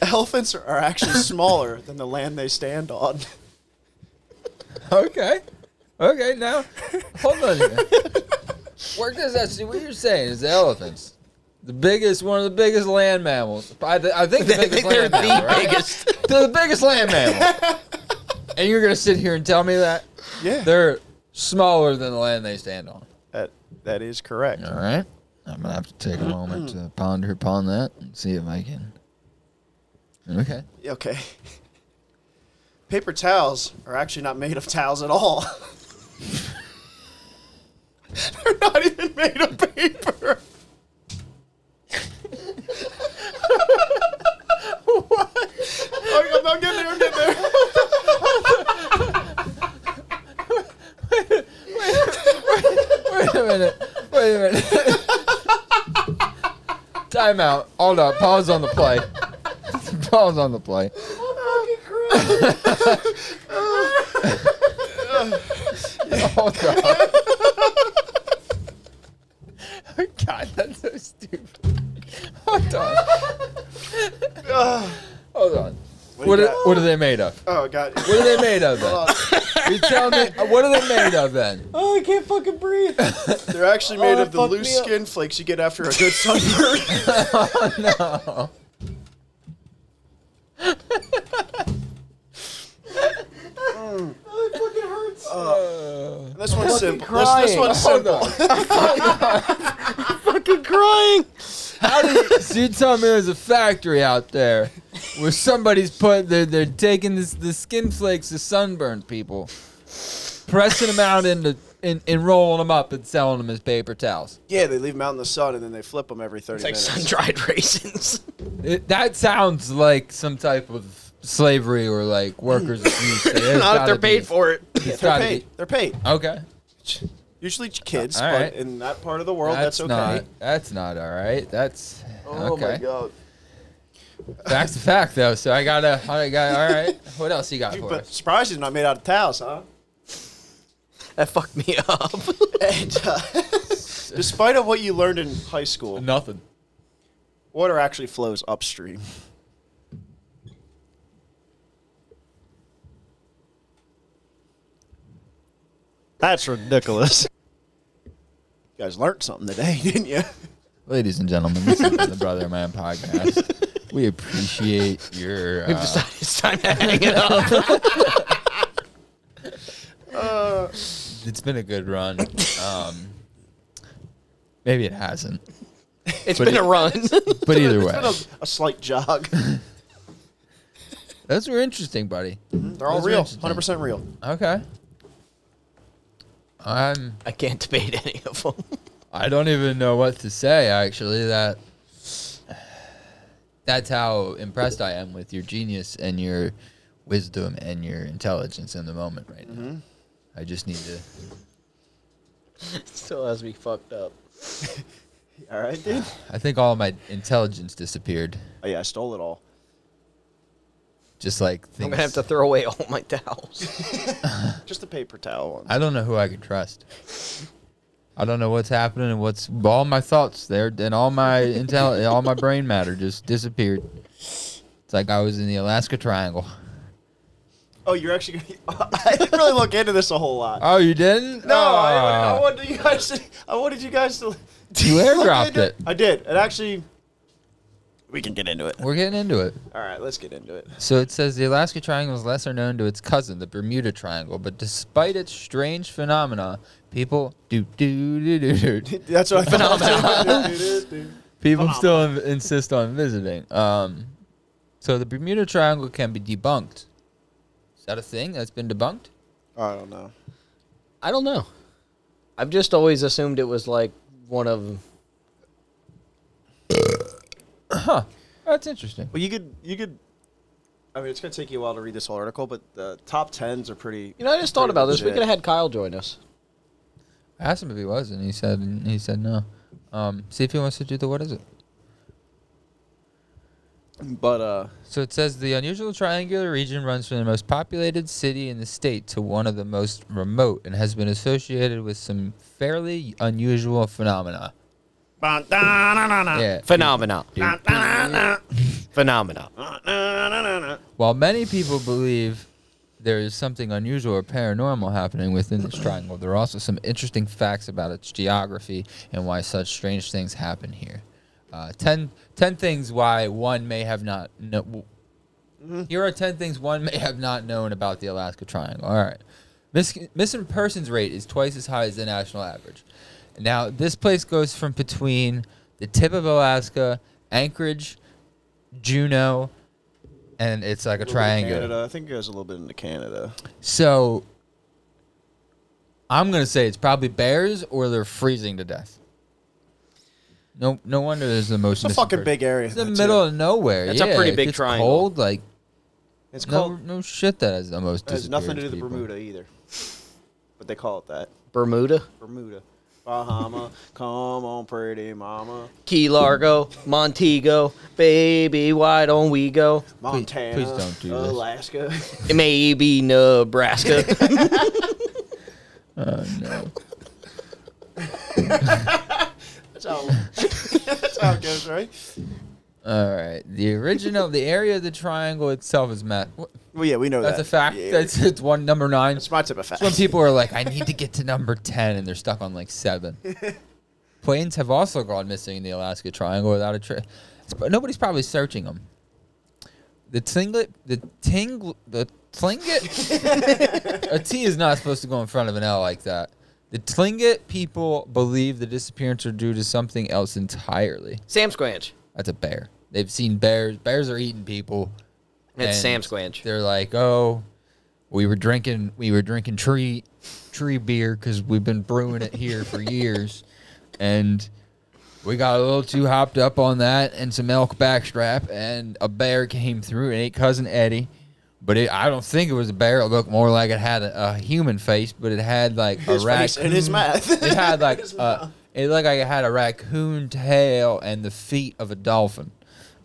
Speaker 2: elephants are actually smaller than the land they stand on.
Speaker 1: Okay. Okay. Now, hold on. Here. Where does that? See, what you're saying is the elephants, the biggest, one of the biggest land mammals. I, th- I think the biggest land mammal. right?
Speaker 3: biggest.
Speaker 1: They're the biggest land mammal. and you're gonna sit here and tell me that
Speaker 2: Yeah.
Speaker 1: they're smaller than the land they stand on.
Speaker 2: That that is correct.
Speaker 1: All right. I'm gonna have to take a moment to ponder upon that and see if I can. Okay.
Speaker 2: Okay. Paper towels are actually not made of towels at all. They're not even made of paper. what? Okay, I'm not getting there. I'm getting there.
Speaker 1: Wait a minute. Wait a minute. Time out. Hold up. Pause on the play. Pause on the play. Hold up. God, that's so stupid. Hold on. Hold on. What
Speaker 2: do you
Speaker 1: are,
Speaker 2: got?
Speaker 1: what are they made of?
Speaker 2: Oh God.
Speaker 1: What are they made of then?
Speaker 2: Hold on.
Speaker 1: You tell me, uh, what are they made of then?
Speaker 3: Oh, I can't fucking breathe.
Speaker 2: They're actually made
Speaker 3: Oh,
Speaker 2: of the
Speaker 3: fuck
Speaker 2: loose
Speaker 3: me up.
Speaker 2: skin flakes you get after a good sunburn.
Speaker 1: Uh,
Speaker 2: This one's simple. This, this
Speaker 3: crying.
Speaker 2: one's
Speaker 1: hold
Speaker 2: simple.
Speaker 1: on.
Speaker 3: fucking crying.
Speaker 1: How do you, so you tell me there's a factory out there where somebody's put they're, they're taking this the skin flakes of sunburned people, pressing them out into and, and rolling them up and selling them as paper towels.
Speaker 2: Yeah, they leave them out in the sun and then they flip them every 30
Speaker 3: It's like
Speaker 2: minutes.
Speaker 3: sun dried raisins.
Speaker 1: It- that sounds like some type of slavery or like workers abuse. There's
Speaker 3: Not if they're
Speaker 1: gotta be-
Speaker 3: paid for it.
Speaker 1: there's
Speaker 2: They're
Speaker 1: gotta
Speaker 2: paid. They're paid.
Speaker 1: be- okay,
Speaker 2: Usually kids,
Speaker 1: All right.
Speaker 2: but in that part of the world,
Speaker 1: that's,
Speaker 2: that's, okay.
Speaker 1: not that's not all right. That's
Speaker 2: Oh
Speaker 1: okay.
Speaker 2: my god.
Speaker 1: Fact's a fact though, so I gotta I got all right. What else you got
Speaker 2: You-
Speaker 1: for
Speaker 2: but
Speaker 1: us?
Speaker 2: surprised it's not made out of towels, huh?
Speaker 3: That fucked me up.
Speaker 2: And, uh, despite of what you learned in high school,
Speaker 1: Nothing.
Speaker 2: water actually flows upstream. That's ridiculous. You guys learned something today, didn't you?
Speaker 1: Ladies and gentlemen, this is the Brother Man podcast. We appreciate your.
Speaker 3: We've
Speaker 1: uh,
Speaker 3: decided it's time to hang it up.
Speaker 1: it's been a good run. Um, maybe it hasn't,
Speaker 3: It's been a run.
Speaker 1: but either way,
Speaker 2: A, a slight jog.
Speaker 1: those were interesting, buddy.
Speaker 2: They're all
Speaker 1: Those are
Speaker 2: real,
Speaker 1: interesting.
Speaker 2: hundred percent real.
Speaker 1: Okay. I'm.
Speaker 3: I can't debate any of them.
Speaker 1: I don't even know what to say. Actually, that. That's how impressed I am with your genius and your wisdom and your intelligence in the moment right
Speaker 3: Mm-hmm.
Speaker 1: now. I just need to.
Speaker 3: Still has me fucked up.
Speaker 2: All right, dude.
Speaker 1: I think all my intelligence disappeared.
Speaker 2: Oh yeah, I stole it all.
Speaker 1: Just like things.
Speaker 3: I'm gonna have to throw away all my towels.
Speaker 2: Just the paper towel one.
Speaker 1: I don't know who I can trust. I don't know what's happening and what's all my thoughts there and all my intel, all my brain matter just disappeared. It's like I was in the Alaska Triangle.
Speaker 2: Oh, you're actually. Gonna, I didn't really look into this a whole lot.
Speaker 1: Oh, you didn't?
Speaker 2: No, I, I
Speaker 1: Oh.
Speaker 2: wanted you guys. To, I wanted Ah. you guys to.
Speaker 1: You airdropped it.
Speaker 2: I did. It actually. We can get into it.
Speaker 1: We're getting into it.
Speaker 2: All right, let's get into it.
Speaker 1: So it says the Alaska Triangle is lesser known to its cousin, the Bermuda Triangle, but despite its strange phenomena, people do do do do do.
Speaker 2: That's what I thought.
Speaker 1: People still in- insist on visiting. Um, so the Bermuda Triangle can be debunked that a thing that's been debunked?
Speaker 2: I don't know.
Speaker 3: I don't know. I've just always assumed it was like one of
Speaker 1: That's interesting.
Speaker 2: Well, you could you could. I mean, it's gonna take you a while to read this whole article, but the top tens are pretty.
Speaker 3: You know, I just thought
Speaker 2: pretty
Speaker 3: about this. We
Speaker 2: legit.
Speaker 3: could have had Kyle join us.
Speaker 1: I asked him if he was, and he said he said no. Um, see if he wants to do the what is it?
Speaker 2: But uh,
Speaker 1: So it says the unusual triangular region runs from the most populated city in the state to one of the most remote, and has been associated with some fairly unusual phenomena.
Speaker 7: Ah,
Speaker 1: Yeah.
Speaker 3: Phenomena. Phenomena.
Speaker 1: While many people believe there is something unusual or paranormal happening within this triangle, there are also some interesting facts about its geography and why such strange things happen here. Uh, 10, 10 things why one may have not kno- w Here are 10 things one may have not known about the Alaska Triangle. All right. Mis- missing persons rate is twice as high as the national average. Now, this place goes from between the tip of Alaska, Anchorage, Juneau, and it's like a triangle.
Speaker 2: Canada. I think it goes a little bit into Canada.
Speaker 1: So I'm gonna say it's probably bears or they're freezing to death. No, no wonder there's the most.
Speaker 2: It's a
Speaker 1: missing
Speaker 2: fucking
Speaker 1: person.
Speaker 2: big area.
Speaker 1: It's the
Speaker 2: though, too.
Speaker 1: middle of nowhere.
Speaker 3: That's
Speaker 1: yeah,
Speaker 3: a pretty
Speaker 1: It
Speaker 3: big
Speaker 1: gets
Speaker 3: triangle.
Speaker 1: Cold, like
Speaker 2: It's
Speaker 1: no,
Speaker 2: called.
Speaker 1: no shit. That is the most.
Speaker 2: It has nothing to do
Speaker 1: disappeared people.
Speaker 2: with Bermuda either. But they call it that.
Speaker 3: Bermuda.
Speaker 2: Bermuda, Bahama, come on, pretty mama,
Speaker 3: Key Largo. Montego. Baby, why don't we go?
Speaker 2: Montana,
Speaker 1: please don't do this.
Speaker 2: Alaska.
Speaker 3: Maybe Nebraska.
Speaker 1: No.
Speaker 2: that's how. that's how it goes, right?
Speaker 1: All right. The original, the area of the triangle itself is met.
Speaker 2: Well, yeah, we know
Speaker 1: That's
Speaker 2: that.
Speaker 1: a fact.
Speaker 2: Yeah,
Speaker 1: That's it's one number nine.
Speaker 2: that's my tip of fact.
Speaker 1: Some people are like, I need to get to number 10, and they're stuck on like seven. Planes have also gone missing in the Alaska Triangle without a trace. But nobody's probably searching them. The tinglet, the tingle, the tlingit. a T is not supposed to go in front of an L like that. The Tlingit people believe the disappearance are due to something else entirely.
Speaker 3: Sam Squanch.
Speaker 1: That's a bear. They've seen bears. Bears are eating people.
Speaker 3: It's Sam
Speaker 1: and
Speaker 3: Squanch.
Speaker 1: They're like, oh, we were drinking, we were drinking tree, tree beer because we've been brewing it here for years, and we got a little too hopped up on that and some elk backstrap, and a bear came through and ate cousin Eddie. But it, I don't think it was a bear. It looked more like it had a, a human face, but it had like
Speaker 2: his
Speaker 1: a
Speaker 2: face
Speaker 1: raccoon.
Speaker 2: and his mouth.
Speaker 1: It had like
Speaker 2: His
Speaker 1: uh, it looked like it had a raccoon tail and the feet of a dolphin.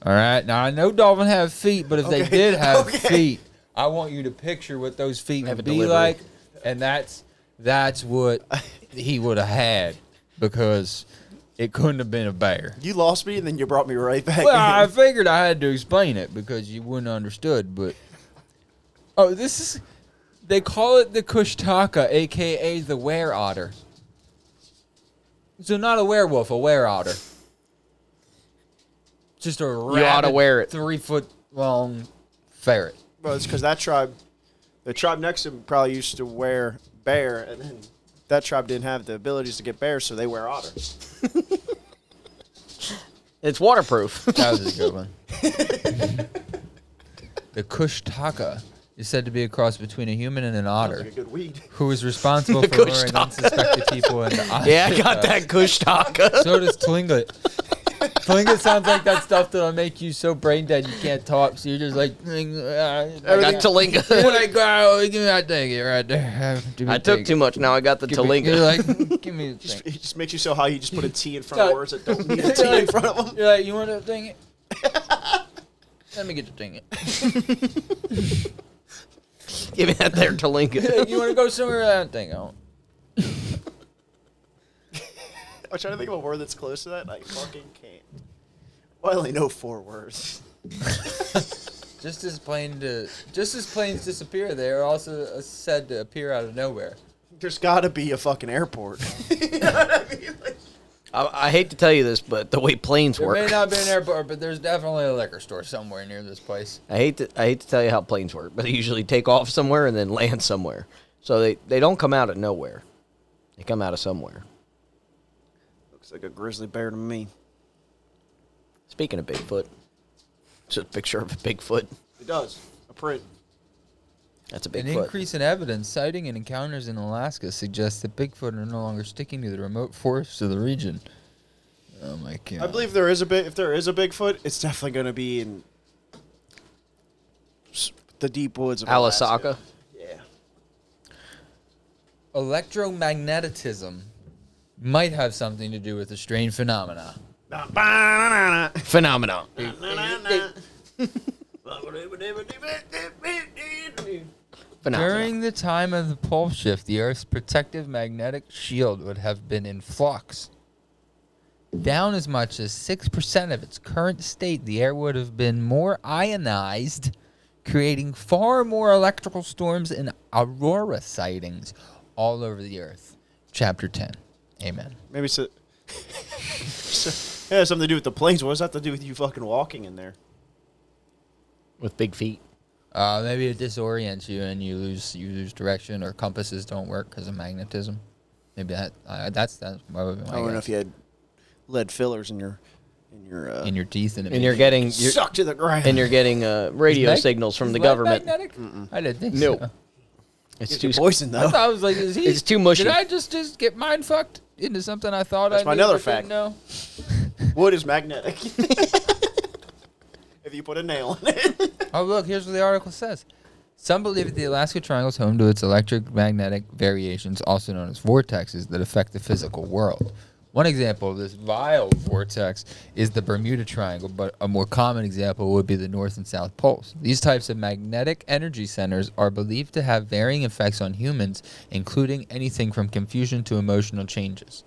Speaker 1: All right. Now I know dolphins have feet, but if they
Speaker 2: Okay.
Speaker 1: did have
Speaker 2: Okay.
Speaker 1: feet, I want you to picture what those feet
Speaker 3: Have
Speaker 1: would
Speaker 3: a
Speaker 1: be
Speaker 3: delivery.
Speaker 1: like, and that's that's what he would have had because it couldn't have been a bear.
Speaker 2: You lost me, and then you brought me right back.
Speaker 1: Well, I
Speaker 2: in.
Speaker 1: figured I had to explain it because you wouldn't understood, but oh, this is they call it the Kushtaka, aka the were otter. So not a werewolf, a were otter. Just a rabid,
Speaker 3: oughta wear it.
Speaker 1: three foot long ferret.
Speaker 2: Well, it's because that tribe, the tribe next to him, probably used to wear bear, and then that tribe didn't have the abilities to get bears, so they wear otters.
Speaker 3: It's waterproof.
Speaker 1: That was a good one. the Kushtaka is said to be a cross between a human and an otter.
Speaker 2: Like a good weed.
Speaker 1: who is responsible for luring
Speaker 3: Kushtaka.
Speaker 1: unsuspected people into
Speaker 3: yeah, I got that Kush Taka.
Speaker 1: So does Tlingit. Tlingit sounds like that stuff that'll make you so brain dead you can't talk. So you're just like,
Speaker 3: I got Talinga.
Speaker 1: When I go, give me that thing right there. Give me
Speaker 3: I took
Speaker 1: that
Speaker 3: too much. Now I got the
Speaker 1: thing. Give me- You're
Speaker 3: Talinga.
Speaker 1: like, give me the
Speaker 2: Just,
Speaker 1: thing.
Speaker 2: it just makes you so high you just put a T in front of
Speaker 1: Yeah.
Speaker 2: words that don't need a T in front of them.
Speaker 1: You're like, you want that thing? Let me get the thing.
Speaker 3: Give me that there Talinga.
Speaker 1: You want to go somewhere? That thing. I don't.
Speaker 2: I'm trying to think of a word that's close to that, and I fucking can't. Well, I only know four words.
Speaker 1: Just as plain to, just as planes disappear, they are also uh, said to appear out of nowhere.
Speaker 2: There's gotta be a fucking airport. you know what I mean? Like,
Speaker 3: I, I hate to tell you this, but the way planes
Speaker 1: There
Speaker 3: work.
Speaker 1: may not be an airport, but there's definitely a liquor store somewhere near this place.
Speaker 3: I hate to I hate to tell you how planes work, but they usually take off somewhere and then land somewhere. So they, they don't come out of nowhere. They come out of somewhere.
Speaker 2: looks like a grizzly bear to me.
Speaker 3: Speaking of Bigfoot, it's just a picture of a Bigfoot.
Speaker 2: It does. A print.
Speaker 3: That's a
Speaker 1: An
Speaker 3: Bigfoot.
Speaker 1: increase in evidence citing and encounters in Alaska suggests that Bigfoot are no longer sticking to the remote forests of the region. Oh my god!
Speaker 2: I believe there is a big. If there is a Bigfoot, it's definitely going to be in s- the deep woods of
Speaker 3: Alasaka.
Speaker 2: Alaska. Yeah.
Speaker 1: electromagnetism might have something to do with the strange phenomena.
Speaker 3: Phenomenon. Phenomenon.
Speaker 1: During the time of the pole shift, the Earth's protective magnetic shield would have been in flux. Down as much as 6% of its current state, the air would have been more ionized, creating far more electrical storms and aurora sightings all over the Earth. Chapter 10. Amen.
Speaker 2: Maybe it's a. it has something to do with the planes. What does that have to do with you fucking walking in there?
Speaker 3: With big feet.
Speaker 1: Uh, maybe it disorients you and you lose you lose direction, or compasses don't work because of magnetism. Maybe that uh, that's that's what would be my
Speaker 2: I don't know
Speaker 1: guess.
Speaker 2: if you had lead fillers in your in your uh,
Speaker 1: in your teeth and, it
Speaker 3: And
Speaker 1: makes
Speaker 3: you're
Speaker 1: you-
Speaker 3: getting you're,
Speaker 2: sucked to the ground.
Speaker 3: and you're getting uh, radio
Speaker 1: Mag-
Speaker 3: signals from
Speaker 1: Is
Speaker 3: the
Speaker 1: lead
Speaker 3: government.
Speaker 1: magnetic? I didn't think
Speaker 3: No.
Speaker 1: so.
Speaker 3: It's
Speaker 2: It's
Speaker 3: too
Speaker 2: your poison
Speaker 1: I
Speaker 2: though.
Speaker 1: thought I was like, is he?
Speaker 3: It's too mushy.
Speaker 1: Did I just just get mind fucked into something I thought
Speaker 2: That's
Speaker 1: I
Speaker 2: my
Speaker 1: knew
Speaker 2: another
Speaker 1: but didn't
Speaker 2: fact.
Speaker 1: know?
Speaker 2: Wood is magnetic. if you put a nail in it.
Speaker 1: Oh look, here's what the article says. Some believe that the Alaska Triangle is home to its electromagnetic variations, also known as vortexes, that affect the physical world. One example of this vile vortex is the Bermuda Triangle, but a more common example would be the North and South Poles. These types of magnetic energy centers are believed to have varying effects on humans, including anything from confusion to emotional changes.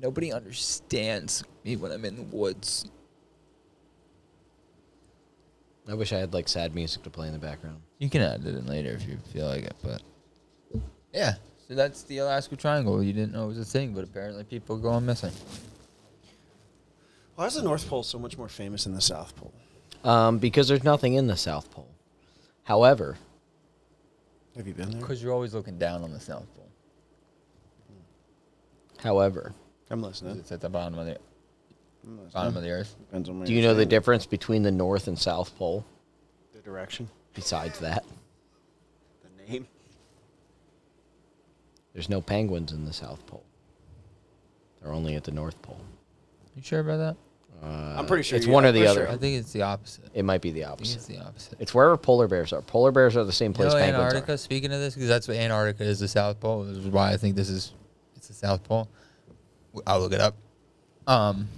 Speaker 1: Nobody understands me when I'm in the woods.
Speaker 3: I wish I had like sad music to play in the background.
Speaker 1: You can add it in later if you feel like it, but yeah. So that's the Alaska Triangle. You didn't know it was a thing, but apparently people go on missing.
Speaker 2: Why is the North Pole so much more famous than the South Pole?
Speaker 3: Um, because there's nothing in the South Pole. However,
Speaker 2: Have you been there?
Speaker 1: Because you're always looking down on the South Pole.
Speaker 3: however,
Speaker 2: I'm listening.
Speaker 1: It's at the bottom of the
Speaker 2: I'm listening.
Speaker 1: bottom of the earth.
Speaker 2: Depends on where
Speaker 3: do you know the
Speaker 2: standing.
Speaker 3: difference between the North and South Pole?
Speaker 2: The direction.
Speaker 3: Besides that,
Speaker 2: The name.
Speaker 3: there's no penguins in the South Pole. They're only at the North Pole.
Speaker 1: You sure about that?
Speaker 2: I'm pretty sure
Speaker 3: Uh, it's
Speaker 2: you-
Speaker 3: one
Speaker 2: I'm
Speaker 3: or the
Speaker 2: pretty
Speaker 3: other.
Speaker 2: sure.
Speaker 1: I think it's the opposite.
Speaker 3: It might be the
Speaker 1: I think it's
Speaker 3: opposite.
Speaker 1: the opposite.
Speaker 3: It's wherever polar bears are. Polar bears are the same
Speaker 1: You
Speaker 3: place
Speaker 1: know
Speaker 3: penguins
Speaker 1: Antarctica. Speaking of this, because that's what Antarctica is, the South Pole. This is why I think this is it's the South Pole. W- I'll look it up. Um,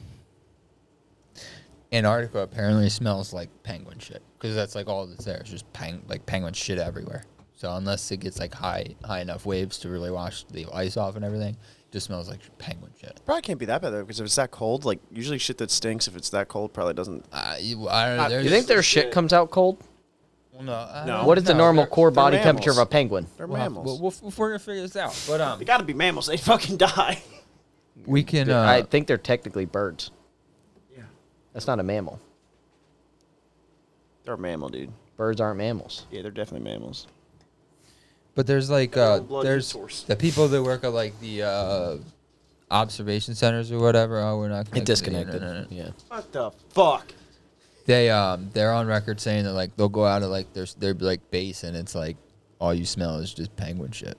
Speaker 1: Antarctica apparently smells like penguin shit because that's like all that's there. It's just peng- like penguin shit everywhere. So unless it gets like high high enough waves to really wash the ice off and everything, it just smells like penguin shit.
Speaker 2: Probably can't be that bad though, because if it's that cold, like usually shit that stinks, if it's that cold, probably doesn't.
Speaker 1: Uh, you, I don't know.
Speaker 2: Uh,
Speaker 1: there's-
Speaker 3: are. You think their shit comes out cold?
Speaker 1: Well, no, I
Speaker 2: No.
Speaker 1: don't
Speaker 3: What is the
Speaker 1: know.
Speaker 3: normal
Speaker 1: They're-
Speaker 3: core body
Speaker 2: mammals.
Speaker 3: temperature of a penguin?
Speaker 2: They're
Speaker 1: We'll, have,
Speaker 2: mammals.
Speaker 1: we'll, we'll, we're gonna figure this out, but um,
Speaker 2: they gotta be mammals. They fucking die.
Speaker 1: we can. Uh,
Speaker 3: I think they're technically birds.
Speaker 2: Yeah.
Speaker 3: That's not a mammal.
Speaker 2: They're a mammal, dude.
Speaker 3: Birds aren't mammals.
Speaker 2: Yeah, they're definitely mammals.
Speaker 1: But there's like
Speaker 2: Their
Speaker 1: uh,
Speaker 2: own blood
Speaker 1: there's
Speaker 2: resource.
Speaker 1: the people that work at like the uh, observation centers or whatever. Oh, we're not
Speaker 3: It
Speaker 1: connected to the
Speaker 3: disconnected.
Speaker 1: internet.
Speaker 3: Yeah.
Speaker 2: What the fuck?
Speaker 1: They um they're on record saying that like they'll go out of like their their like base and it's like all you smell is just penguin shit.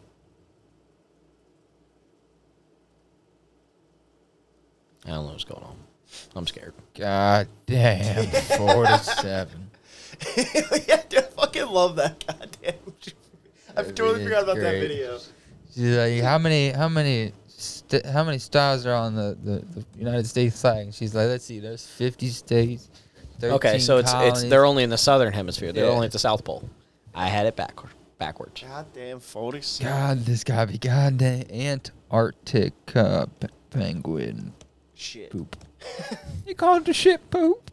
Speaker 3: I don't know what's going on. I'm scared.
Speaker 1: God damn, four to seven.
Speaker 2: yeah, dude, I fucking love that goddamn. I totally forgot about that
Speaker 1: Great.
Speaker 2: video.
Speaker 1: She's like, how many how many st- how many stars are on the, the, the United States flag? And she's like, let's see, there's 50 states. 13
Speaker 3: Okay, so it's it's
Speaker 1: colonies."
Speaker 3: they're only in the southern hemisphere. They're
Speaker 1: Yeah.
Speaker 3: only at the South Pole. I had it backward backwards.
Speaker 2: Goddamn, forty.
Speaker 1: God, this gotta be goddamn Antarctic uh, p- penguin
Speaker 2: Shit.
Speaker 1: poop. you call it the shit poop?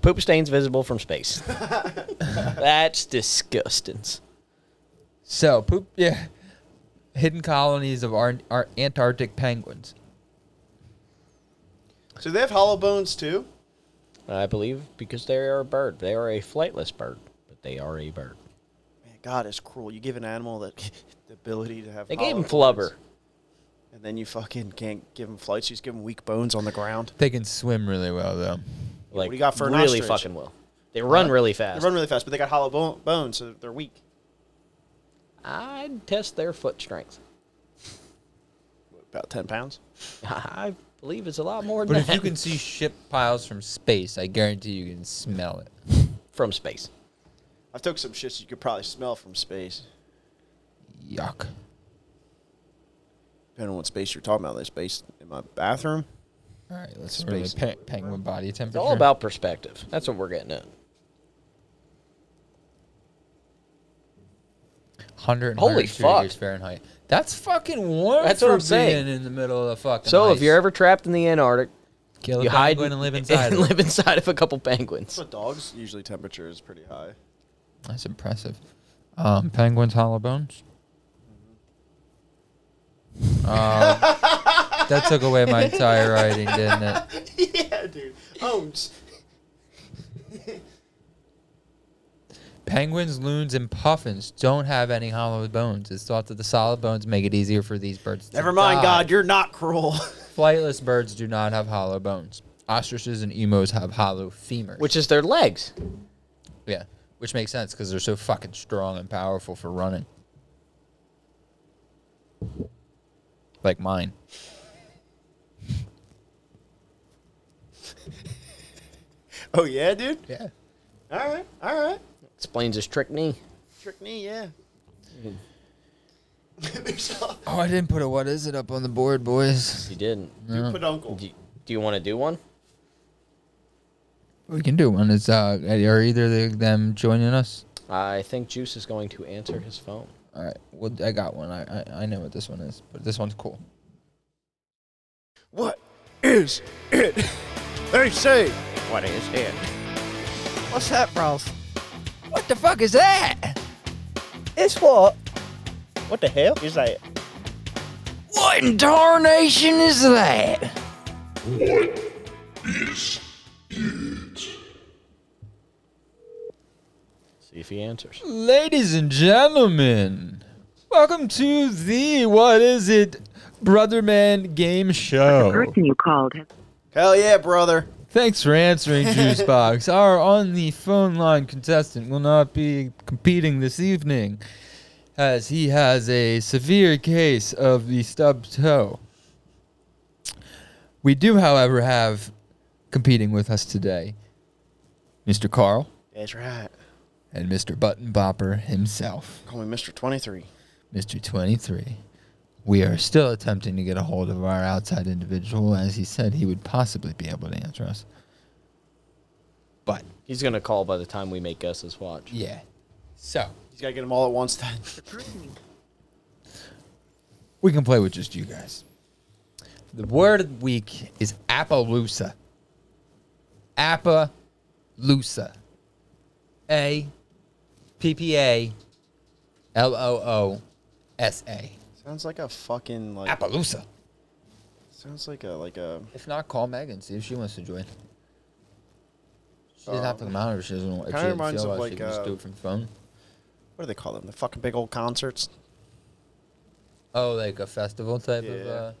Speaker 3: Poop stains visible from space. That's disgusting.
Speaker 1: So poop, yeah. Hidden colonies of our, our Antarctic penguins.
Speaker 2: So they have hollow bones too.
Speaker 3: I believe because they are a bird. They are a flightless bird, but they are a bird.
Speaker 2: Man, God is cruel. You give an animal that the ability to have.
Speaker 3: They gave
Speaker 2: hollow
Speaker 3: him
Speaker 2: bones,
Speaker 3: flubber.
Speaker 2: and then you fucking can't give him flights. You just give him weak bones on the ground.
Speaker 1: They can swim really well though.
Speaker 3: Like
Speaker 2: do you got for an
Speaker 3: really
Speaker 2: ostrich? Uh,
Speaker 3: fucking well. They run really
Speaker 2: They
Speaker 3: fast.
Speaker 2: run really fast, but they got hollow bo- bones, so they're weak.
Speaker 3: I'd test their foot strength.
Speaker 2: About ten pounds.
Speaker 3: I believe it's a lot more
Speaker 1: But
Speaker 3: than
Speaker 1: if you can see ship piles from space, I guarantee you can smell it.
Speaker 3: from space.
Speaker 2: I took some shits you could probably smell from space.
Speaker 1: Yuck.
Speaker 2: Depending on what space you're talking about, there's space in my bathroom.
Speaker 1: All right, let's really
Speaker 2: Space.
Speaker 1: pe- penguin body
Speaker 3: It's
Speaker 1: temperature.
Speaker 3: all about perspective. That's what we're getting at.
Speaker 1: 100
Speaker 3: Holy fuck.
Speaker 1: degrees Fahrenheit. That's fucking warm.
Speaker 3: That's
Speaker 1: for
Speaker 3: what I'm
Speaker 1: being
Speaker 3: saying.
Speaker 1: in the middle of the fucking.
Speaker 3: So if
Speaker 1: ice.
Speaker 3: you're ever trapped in the Antarctic,
Speaker 1: Kill a
Speaker 3: you hide
Speaker 1: penguin and live
Speaker 3: in-
Speaker 1: inside.
Speaker 3: and
Speaker 1: of it.
Speaker 3: live inside of a couple penguins.
Speaker 2: So dogs usually temperature is pretty high.
Speaker 1: That's impressive. Um, penguins hollow bones.
Speaker 2: Mm-hmm.
Speaker 1: Um, that took away my entire writing, didn't it?
Speaker 2: yeah, dude. Bones.
Speaker 1: Penguins, loons, and puffins don't have any hollow bones. It's thought that the solid bones make it easier for these birds. To
Speaker 2: Never mind,
Speaker 1: die.
Speaker 2: God, you're not cruel.
Speaker 1: Flightless birds do not have hollow bones. Ostriches and emus have hollow femurs.
Speaker 3: Which is their legs.
Speaker 1: yeah, which makes sense because they're so fucking strong and powerful for running. Like mine.
Speaker 2: oh yeah, dude.
Speaker 1: Yeah.
Speaker 2: All right, all right.
Speaker 3: Explains his trick knee.
Speaker 2: Trick me, yeah.
Speaker 1: Oh, I didn't put a what is it up on the board, boys.
Speaker 3: You didn't.
Speaker 1: No.
Speaker 2: Peduncle.
Speaker 3: Do you, do you want to do one?
Speaker 1: We can do one. It's uh, are either of them joining us?
Speaker 3: I think Juice is going to answer his phone.
Speaker 1: All right. Well, I got one. I I, I know what this one is, but this one's cool.
Speaker 2: What is it? They say. What is it?
Speaker 6: What's that, Ralph?
Speaker 1: What the fuck is that?
Speaker 6: It's what?
Speaker 2: What the hell is that?
Speaker 1: What in tarnation is that?
Speaker 4: What is it?
Speaker 3: See if he answers.
Speaker 1: Ladies and gentlemen, welcome to the What Is It Brother Man Game Show.
Speaker 7: person you called has
Speaker 2: Hell yeah, brother.
Speaker 1: Thanks for answering, Juicebox. Our on the phone line contestant will not be competing this evening as he has a severe case of the stubbed toe. We do, however, have competing with us today Mr. Carl
Speaker 2: That's right.
Speaker 1: and Mr. Button Bopper himself,
Speaker 2: Call me Mr. 23.
Speaker 1: Mr. 23. We are still attempting to get a hold of our outside individual as he said he would possibly be able to answer us. But
Speaker 3: He's going to call by the time we make Gus's watch.
Speaker 1: Yeah. So
Speaker 2: He's got to get them all at once then.
Speaker 7: the person you
Speaker 1: we can play with just you guys. The word of the week is Appaloosa. Appaloosa. A P P A L O O S A.
Speaker 2: Sounds like a fucking like.
Speaker 1: Appaloosa.
Speaker 2: Sounds like a like a.
Speaker 1: If not, call Megan see if she wants to join. She doesn't have to
Speaker 2: Um,
Speaker 1: come out if she doesn't want. If she
Speaker 2: kinda
Speaker 1: doesn't
Speaker 2: reminds
Speaker 1: feel
Speaker 2: of
Speaker 1: like she
Speaker 2: like,
Speaker 1: can just
Speaker 2: uh,
Speaker 1: do it from the phone.
Speaker 2: What do they call them? The fucking big old concerts.
Speaker 1: Oh, like a festival type of.
Speaker 2: Yeah.
Speaker 1: Uh,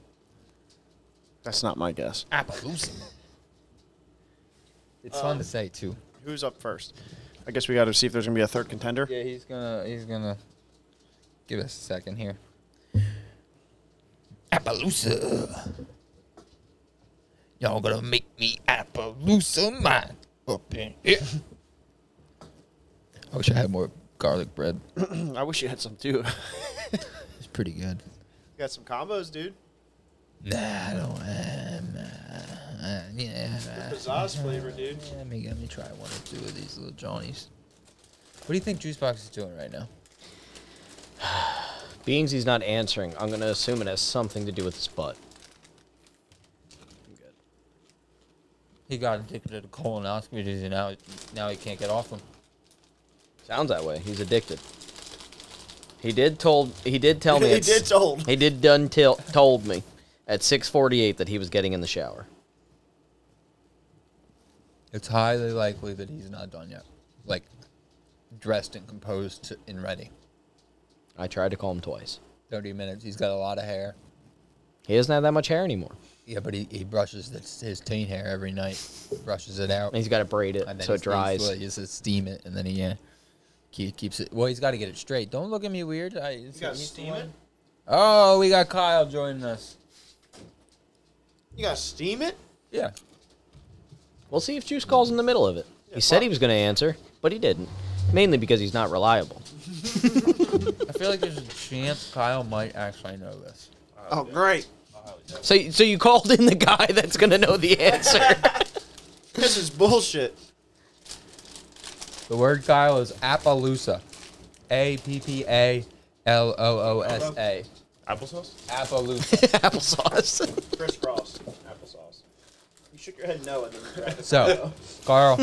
Speaker 2: That's not my guess.
Speaker 1: Appaloosa. Um, It's fun to say too.
Speaker 2: Who's up first? I guess we got to see if there's gonna be a third contender.
Speaker 1: Yeah, he's gonna he's gonna give us a second here. Appaloosa. Y'all gonna make me Appaloosa mine up in here. I wish I had more garlic bread.
Speaker 2: I wish you had some too.
Speaker 1: It's pretty good.
Speaker 2: got some combos, dude.
Speaker 1: Nah, I don't. Um, uh, uh, yeah.
Speaker 2: Pizzazz flavor, dude.
Speaker 1: Yeah, let me let me try one or two of these little johnnies. What do you think Juicebox is doing right now?
Speaker 3: Beings he's not answering, I'm going to assume it has something to do with his butt.
Speaker 1: He got addicted to colonoscopies, and now now he can't get off them.
Speaker 3: Sounds that way. He's addicted. He did told he did tell me
Speaker 2: he
Speaker 3: it's-
Speaker 2: did told.
Speaker 3: He did done tell told me at 6:48 that he was getting in the shower.
Speaker 1: It's highly likely that he's not done yet, like dressed and composed to- and ready.
Speaker 3: I tried to call him twice.
Speaker 1: Thirty minutes. He's got a lot of hair.
Speaker 3: He doesn't have that much hair anymore.
Speaker 1: Yeah, but he, he brushes his, his teen hair every night, brushes it out,
Speaker 3: And he's got to braid it so
Speaker 1: he
Speaker 3: it
Speaker 1: steams-
Speaker 3: dries.
Speaker 1: well, He just steam it, and then he yeah, keep, keeps it. Well, he's got to get it straight. Don't look at me weird. I, it's-
Speaker 2: You got
Speaker 1: it's the
Speaker 2: steam
Speaker 1: one-
Speaker 2: it?
Speaker 1: Oh, we got Kyle joining us.
Speaker 2: You gotta steam it?
Speaker 1: Yeah,
Speaker 3: We'll see if Juice calls in the middle of it. He said he was going to answer, but he didn't. Mainly because he's not reliable.
Speaker 1: I feel like there's a chance Kyle might actually know this.
Speaker 2: Oh, great.
Speaker 3: So, so you called in the guy that's going to know the answer.
Speaker 2: This is bullshit.
Speaker 1: The word Kyle is Appaloosa, A P P A L O O S A.
Speaker 7: Applesauce?
Speaker 1: Appaloosa.
Speaker 3: Applesauce.
Speaker 2: Crisscross. Applesauce. You shook your head no and then you grabbed it.
Speaker 1: So, Carl,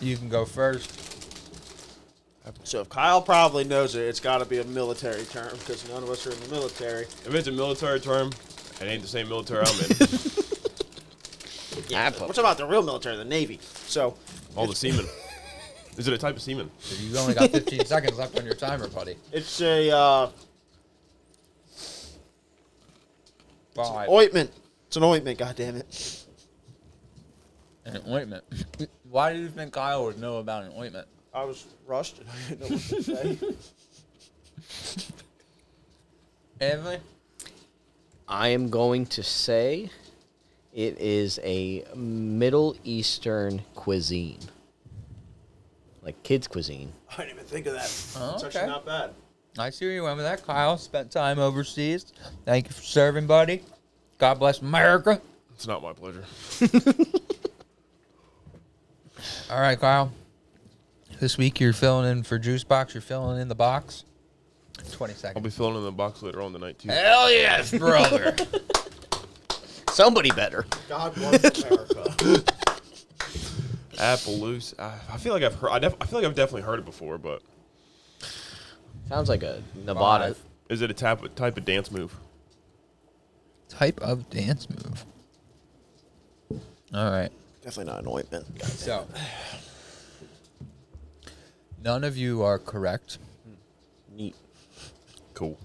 Speaker 1: you can go first.
Speaker 2: So if Kyle probably knows it, it's gotta be a military term because none of us are in the military.
Speaker 7: If it's a military term, it ain't the same military I'm in.
Speaker 2: We're talking about the real military, the Navy. So
Speaker 7: All the semen. Is it a type of semen?
Speaker 1: So you only got 15 seconds left on your timer, buddy.
Speaker 2: it's a uh,
Speaker 1: Five.
Speaker 2: ointment. It's an ointment, goddammit.
Speaker 1: An ointment. Why do you think Kyle would know about an ointment?
Speaker 2: I was rushed and I didn't know what to say.
Speaker 1: Evan?
Speaker 3: I am going to say it is a Middle Eastern cuisine. Like kids' cuisine.
Speaker 2: I didn't even think of that.
Speaker 1: Oh,
Speaker 2: it's
Speaker 1: okay.
Speaker 2: actually not bad.
Speaker 1: I see where you went with that. Kyle spent time overseas. Thank you for serving, buddy. God bless America.
Speaker 7: It's not my pleasure.
Speaker 1: All right, Kyle. This week you're filling in for Juice Box. You're filling in the box. 20
Speaker 7: I'll
Speaker 1: seconds.
Speaker 7: be filling in the box later on tonight too.
Speaker 1: Hell yes, brother.
Speaker 3: Somebody better.
Speaker 2: God bless America.
Speaker 7: Appaloosa. I, I feel like I've heard. I, def, I feel like I've definitely heard it before, but
Speaker 3: Sounds like a Nevada.
Speaker 1: Five.
Speaker 7: is it a type of, type of dance move?
Speaker 1: Type of dance move. All right.
Speaker 2: Definitely not an ointment.
Speaker 1: So, none of you are correct.
Speaker 2: Neat.
Speaker 7: Cool.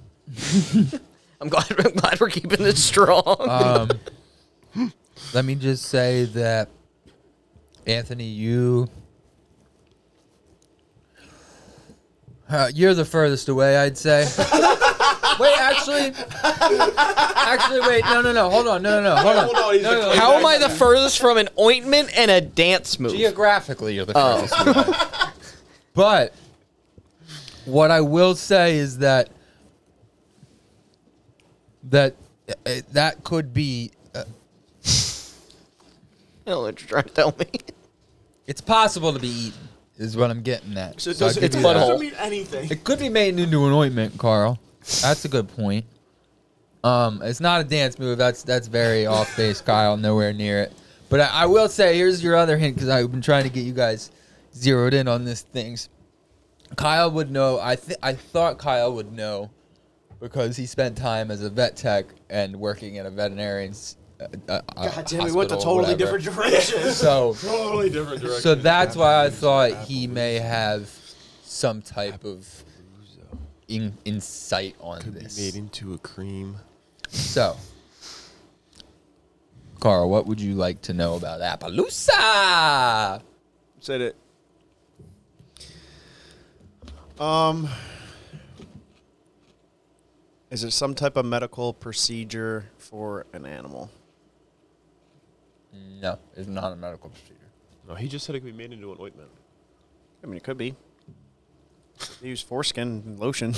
Speaker 3: I'm glad, I'm glad we're keeping it strong.
Speaker 1: Um, let me just say that, Anthony, you. Uh, you're the furthest away, I'd say. wait, actually, actually, wait, no, no, no, hold on, no, no, no, hold on.
Speaker 2: Hold on, he's
Speaker 1: no, no,
Speaker 2: a-
Speaker 1: no.
Speaker 3: How am I the furthest from an ointment and a dance move?
Speaker 1: Geographically, you're the
Speaker 3: Oh.
Speaker 1: closest. but what I will say is that that uh, that could be uh,
Speaker 3: I don't know what you're trying to tell me.
Speaker 1: it's possible to be eaten is what I'm getting at.
Speaker 2: So it
Speaker 1: So I
Speaker 2: doesn't,
Speaker 1: could
Speaker 2: it
Speaker 3: It's
Speaker 1: be
Speaker 3: butthole.
Speaker 1: that.
Speaker 2: doesn't mean anything.
Speaker 1: It could be made into an ointment, Carl. That's a good point. Um, it's not a dance move. That's that's very off base, Kyle. Nowhere near it. But I, I will say, here's your other hint because I've been trying to get you guys zeroed in on these things. Kyle would know. I th- I thought Kyle would know because he spent time as a vet tech and working in a veterinarian's. Uh, uh,
Speaker 2: God damn, we went to
Speaker 1: hospital,
Speaker 2: totally
Speaker 1: whatever.
Speaker 2: different directions.
Speaker 1: So
Speaker 7: Totally different direction.
Speaker 1: so that's why I thought he may have some type of in, insight on
Speaker 7: could be made
Speaker 1: this.
Speaker 7: into a cream.
Speaker 1: So, Carl, what would you like to know about Appaloosa?
Speaker 2: Said it. Um, is it some type of medical procedure for an animal?
Speaker 1: No, it's not a medical procedure.
Speaker 7: No, he just said it could be made into an ointment.
Speaker 2: I mean, it could be. They use foreskin and lotion.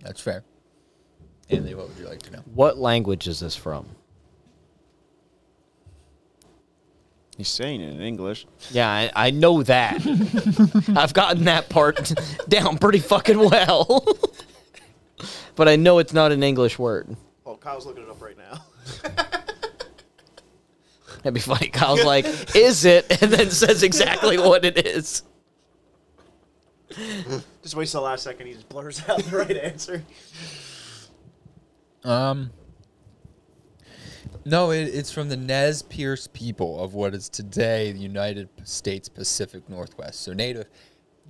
Speaker 1: That's fair. Anthony, what would you like to know?
Speaker 3: What language is this from?
Speaker 2: He's saying it in English.
Speaker 3: Yeah, I, I know that. I've gotten that part down pretty fucking well. but I know it's not an English word.
Speaker 2: Oh, Kyle's looking it up right now.
Speaker 3: That'd be funny. Kyle's like, is it? And then says exactly what it is.
Speaker 2: Just waits the last second. He just blurs out the right answer.
Speaker 1: Um, no, it, it's from the Nez Perce people of what is today the United States Pacific Northwest. So native,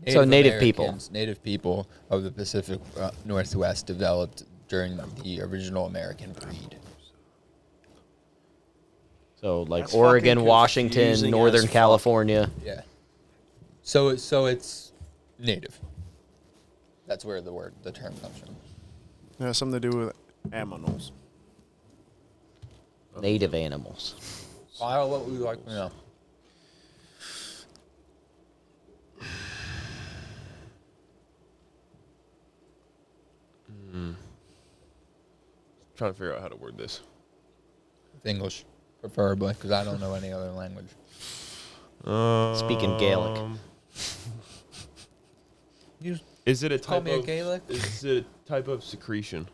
Speaker 3: So native people.
Speaker 1: Americans, native people of the Pacific uh, Northwest developed during the original American breed.
Speaker 3: So like
Speaker 2: That's fucking
Speaker 3: Oregon,
Speaker 2: confusing
Speaker 3: Washington,
Speaker 2: as
Speaker 3: Northern
Speaker 2: fuck.
Speaker 3: California.
Speaker 1: Yeah. So it- so it's native. That's where the word the term comes from.
Speaker 2: It has something to do with aminals.
Speaker 3: Native animals.
Speaker 1: File what we like. You know.
Speaker 7: trying to figure out how to word this.
Speaker 1: with English, preferably, because I don't know any other language.
Speaker 3: Speaking Gaelic.
Speaker 7: Um,
Speaker 1: You,
Speaker 7: Is it a
Speaker 1: Call
Speaker 7: type
Speaker 1: me a
Speaker 7: of
Speaker 1: Gaelic?
Speaker 7: Is it a type of secretion?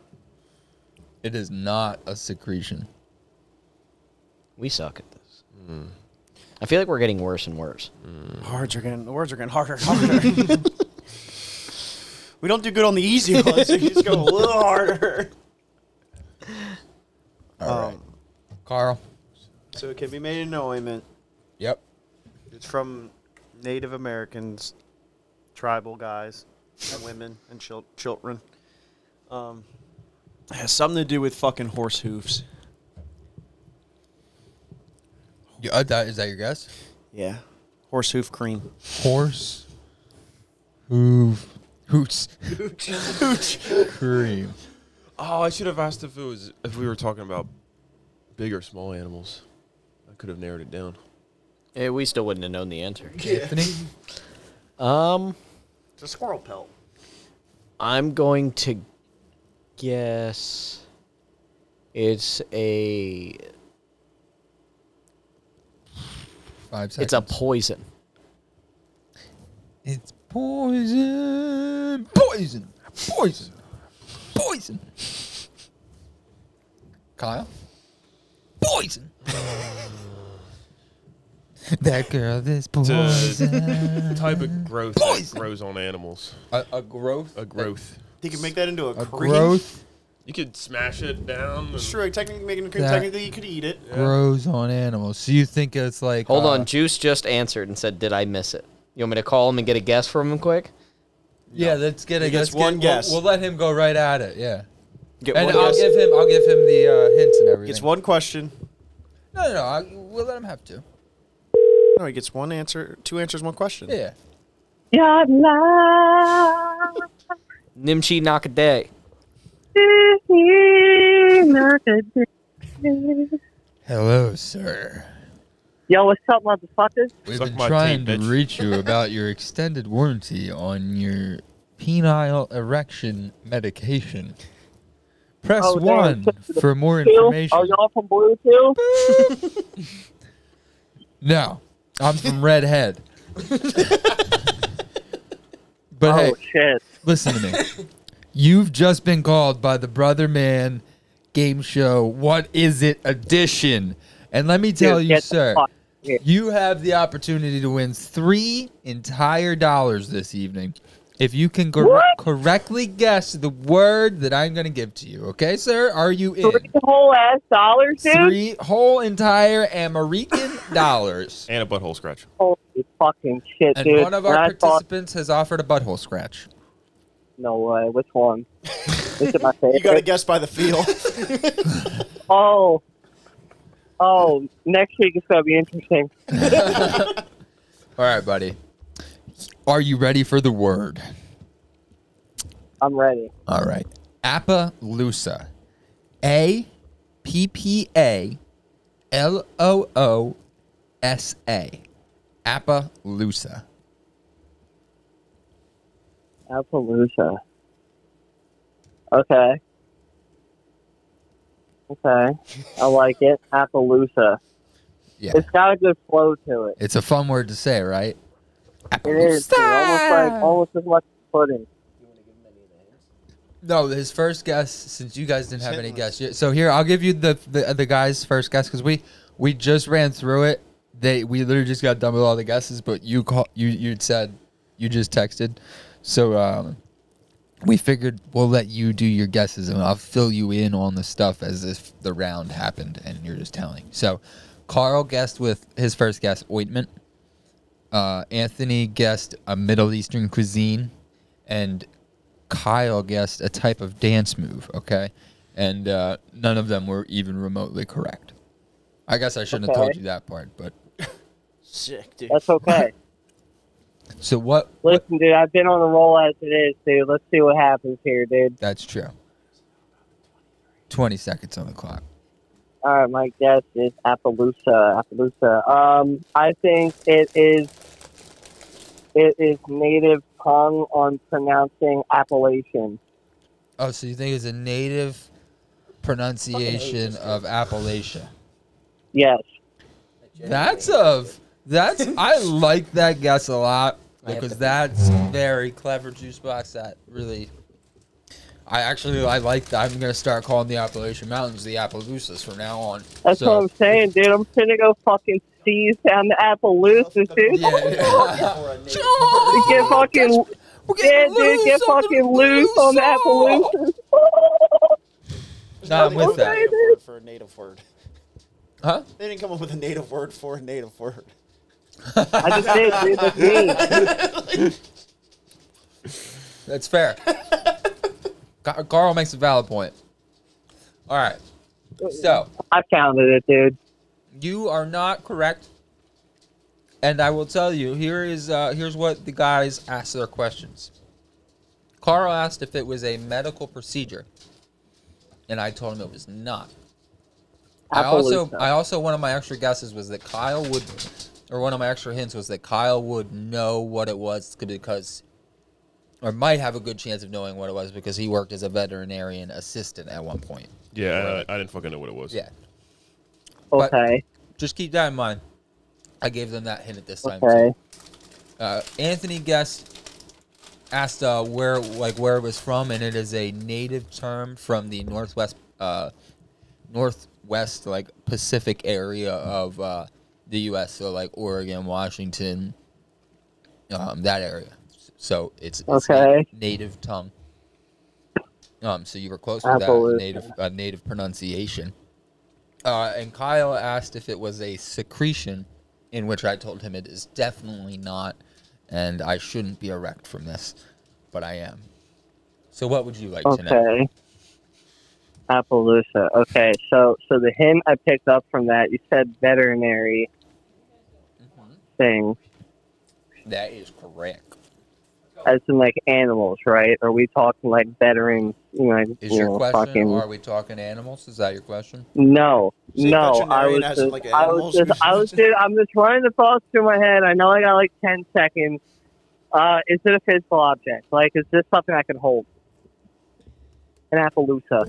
Speaker 1: it is not a secretion.
Speaker 3: We suck at this. I feel like we're getting worse and worse.
Speaker 2: Words are getting the words are getting harder and harder. we don't do good on the easy ones. We just go a little harder.
Speaker 1: All right, Carl.
Speaker 2: So it can be made an ointment.
Speaker 1: Yep.
Speaker 2: It's from Native Americans, tribal guys, and women and chil- children. Um, it has something to do with fucking horse hooves.
Speaker 1: You- uh, that- is that your guess?
Speaker 2: Yeah, horse hoof cream.
Speaker 1: Horse. Hoof. Hoots. Cream.
Speaker 7: Oh, I should have asked if it was if we were talking about big or small animals. I could have narrowed it down.
Speaker 3: Eh, we still wouldn't have known the answer.
Speaker 1: Anthony.
Speaker 3: Um,
Speaker 2: It's a squirrel pelt.
Speaker 3: I'm going to guess it's a
Speaker 1: Five seconds.
Speaker 3: it's a poison.
Speaker 1: It's poison. Poison. Poison. Poison. Kyle? Poison. that girl is
Speaker 7: It's
Speaker 1: poison.
Speaker 7: a type of growth that
Speaker 1: Poison.
Speaker 7: grows on animals.
Speaker 1: a, a growth.
Speaker 7: A growth.
Speaker 2: You can make that into a,
Speaker 1: A
Speaker 2: cream.
Speaker 1: growth
Speaker 7: You could smash it down. And
Speaker 2: Sure, technically making a cream.
Speaker 1: That-
Speaker 2: Technically, you could eat it.
Speaker 1: grows on animals. So you think it's like.
Speaker 3: Hold
Speaker 1: uh,
Speaker 3: on, Juice just answered and said, "Did I miss it?" You want me to call him and get a guess from him quick?
Speaker 1: Yeah, let's get
Speaker 2: He
Speaker 1: a let's
Speaker 2: gets
Speaker 1: get-
Speaker 2: one
Speaker 1: we'll-
Speaker 2: guess.
Speaker 1: We'll, let him go right at it. Yeah.
Speaker 3: Get
Speaker 1: And
Speaker 3: one
Speaker 1: I'll
Speaker 3: guess.
Speaker 1: give him. I'll give him the uh, hints and everything.
Speaker 2: Gets one question.
Speaker 1: No, no, no. I, we'll let him have two.
Speaker 2: No, he gets one answer, two answers, one question.
Speaker 1: Yeah.
Speaker 8: God love
Speaker 3: Nimchi Nakaday.
Speaker 8: me, not a day.
Speaker 1: Hello, sir.
Speaker 8: Yo, what's up, motherfuckers?
Speaker 1: We've
Speaker 7: Suck
Speaker 1: been
Speaker 7: my
Speaker 1: trying
Speaker 7: teeth,
Speaker 1: to
Speaker 7: bitch.
Speaker 1: reach you about your extended warranty on your penile erection medication. Press
Speaker 8: Oh, damn.
Speaker 1: one for more
Speaker 8: Blue?
Speaker 1: information.
Speaker 8: Are Oh, y'all from Blue too?
Speaker 1: No, I'm from Redhead. but hey,
Speaker 8: Oh shit!
Speaker 1: listen to me. You've just been called by the Brother Man Game Show What Is It Edition. And let me tell
Speaker 8: Dude,
Speaker 1: you,
Speaker 8: get the
Speaker 1: sir,
Speaker 8: fuck here.
Speaker 1: you have the opportunity to win three entire dollars this evening if you can cor-
Speaker 8: What?
Speaker 1: correctly guess the word that I'm going to give to you. Okay, sir? Are you in?
Speaker 8: Three whole ass dollars, dude.
Speaker 1: Three whole entire American dollars.
Speaker 7: And a butthole scratch.
Speaker 8: Holy fucking shit,
Speaker 1: And
Speaker 8: dude!
Speaker 1: one of
Speaker 8: And
Speaker 1: our
Speaker 8: I thought,
Speaker 1: participants has offered a butthole scratch.
Speaker 8: no way. Which one? this is my favorite.
Speaker 2: You got to guess by the feel.
Speaker 8: Oh, oh! Next week is gonna be interesting.
Speaker 1: All right, buddy. Are you ready for the word?
Speaker 8: I'm ready.
Speaker 1: All right. Appaloosa. A P P A L O O S A. Appaloosa.
Speaker 8: Appaloosa. Okay. Okay. I like it. Appaloosa.
Speaker 1: Yeah.
Speaker 8: It's got a good flow to it.
Speaker 1: It's a fun word to say, right?
Speaker 8: It is too. almost like almost as much as pudding.
Speaker 1: No, his first guess. Since you guys didn't have any
Speaker 2: Shitless.
Speaker 1: guess, yeah, so here I'll give you the the, the guy's first guess because we we just ran through it. They we literally just got done with all the guesses, but you call you you said you just texted, so um, we figured we'll let you do your guesses and I'll fill you in on the stuff as if the round happened and you're just telling. So, Carl guessed with his first guess ointment. Uh, Anthony guessed a Middle Eastern cuisine, and Kyle guessed a type of dance move, okay? And uh, none of them were even remotely correct. I guess I shouldn't have told
Speaker 8: Okay.
Speaker 1: you that part, but
Speaker 2: Sick, dude.
Speaker 8: That's okay.
Speaker 1: so what?
Speaker 8: Listen, dude, I've been on a roll as it is, dude. Let's see what happens here, dude.
Speaker 1: That's true. 20 seconds on the clock.
Speaker 8: All right, my guess is Appaloosa. Appaloosa. Um, I think it is. It is native tongue on pronouncing Appalachian.
Speaker 1: Oh, so you think it's a native pronunciation of Appalachia?
Speaker 8: Yes.
Speaker 1: That's a that's I like that guess a lot
Speaker 3: I have
Speaker 1: because
Speaker 3: to-
Speaker 1: that's very clever juice box. That really, I actually I like that. I'm gonna start calling the Appalachian Mountains the Appaloosas from now on.
Speaker 8: That's
Speaker 1: So-
Speaker 8: what I'm saying, dude. I'm finna go fucking seize down the Appaloosa, dude.
Speaker 1: Yeah, yeah.
Speaker 8: To Get fucking
Speaker 1: We're
Speaker 8: yeah,
Speaker 1: getting
Speaker 8: dude.
Speaker 1: loose on the
Speaker 8: Get fucking loose on the
Speaker 1: Appaloosa.
Speaker 8: Appaloosa.
Speaker 1: No, I'm with
Speaker 8: that.
Speaker 2: Native word for a native word.
Speaker 1: Huh?
Speaker 2: They didn't come up with a native word for a native word.
Speaker 8: I just did, dude. That's me.
Speaker 1: That's fair. Ca- Carl makes a valid point. All right. So
Speaker 8: I founded it, dude.
Speaker 1: you are not correct. And I will tell you, here is uh, here's what the guys asked their questions. Carl asked if it was a medical procedure, and I told him it was not. I also
Speaker 8: Appaloosa.
Speaker 1: I also one of my extra guesses was that Kyle would, or one of my extra hints was that Kyle would know what it was because, or might have a good chance of knowing what it was because he worked as a veterinarian assistant at one point.
Speaker 7: Yeah, I, I didn't fucking know what it was.
Speaker 1: Yeah, but-
Speaker 8: okay.
Speaker 1: just keep that in mind. I gave them that hint at this time.
Speaker 8: Okay.
Speaker 1: Uh, Anthony guessed asked uh, where like where it was from, and it is a native term from the northwest uh, northwest like Pacific area of uh, the U.S. So like Oregon, Washington, um, that area. So it's, it's
Speaker 8: Okay.
Speaker 1: na- native tongue. Um, so you were close to that
Speaker 8: Appaloosa.
Speaker 1: native uh, native pronunciation. Uh, and Kyle asked if it was a secretion, in which I told him it is definitely not, and I shouldn't be erect from this, but I am. So what would you like to know?
Speaker 8: Okay. Appaloosa. Okay, so so the hint I picked up from that, you said veterinary thing,
Speaker 1: That is correct.
Speaker 8: as in like animals, right? Are we talking like veterans? You know, like,
Speaker 1: Is
Speaker 8: you
Speaker 1: your
Speaker 8: know,
Speaker 1: question?
Speaker 8: fucking-
Speaker 1: Are we talking animals? Is that your question?
Speaker 8: No,
Speaker 2: You say
Speaker 8: no. I
Speaker 2: veterinarian
Speaker 8: was,
Speaker 2: as
Speaker 8: just,
Speaker 2: in, like,
Speaker 8: I was
Speaker 2: animals?
Speaker 8: just, I was, dude. I'm just running the thoughts through my head. I know I got like ten seconds. Uh, is it a physical object? Like, is this something I can hold? An Appaloosa.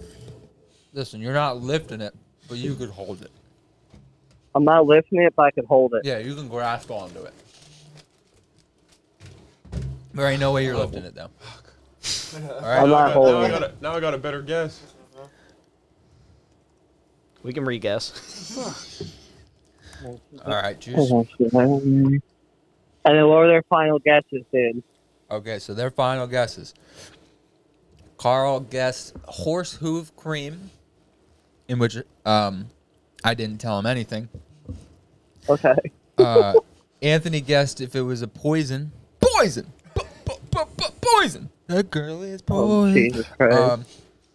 Speaker 1: Listen, you're not lifting it, but you could hold it.
Speaker 8: I'm not lifting it, but I can hold it.
Speaker 1: Yeah, you can grasp onto it. There ain't no way you're lifting it though. All right.
Speaker 7: Now I
Speaker 8: I'm not
Speaker 7: got- now
Speaker 8: holding
Speaker 7: I
Speaker 8: it.
Speaker 7: got a- Now I got a better guess.
Speaker 3: We can re-guess.
Speaker 1: All right, juice.
Speaker 8: And then what were their final guesses, dude?
Speaker 1: Okay, so their final guesses. Carl guessed horse hoof cream, in which um, I didn't tell him anything.
Speaker 8: Okay.
Speaker 1: Uh, Anthony guessed if it was a poison. Poison. Po- po- po- po- poison. That girl is
Speaker 8: Oh,
Speaker 1: poison.
Speaker 8: Jesus Christ.
Speaker 1: um,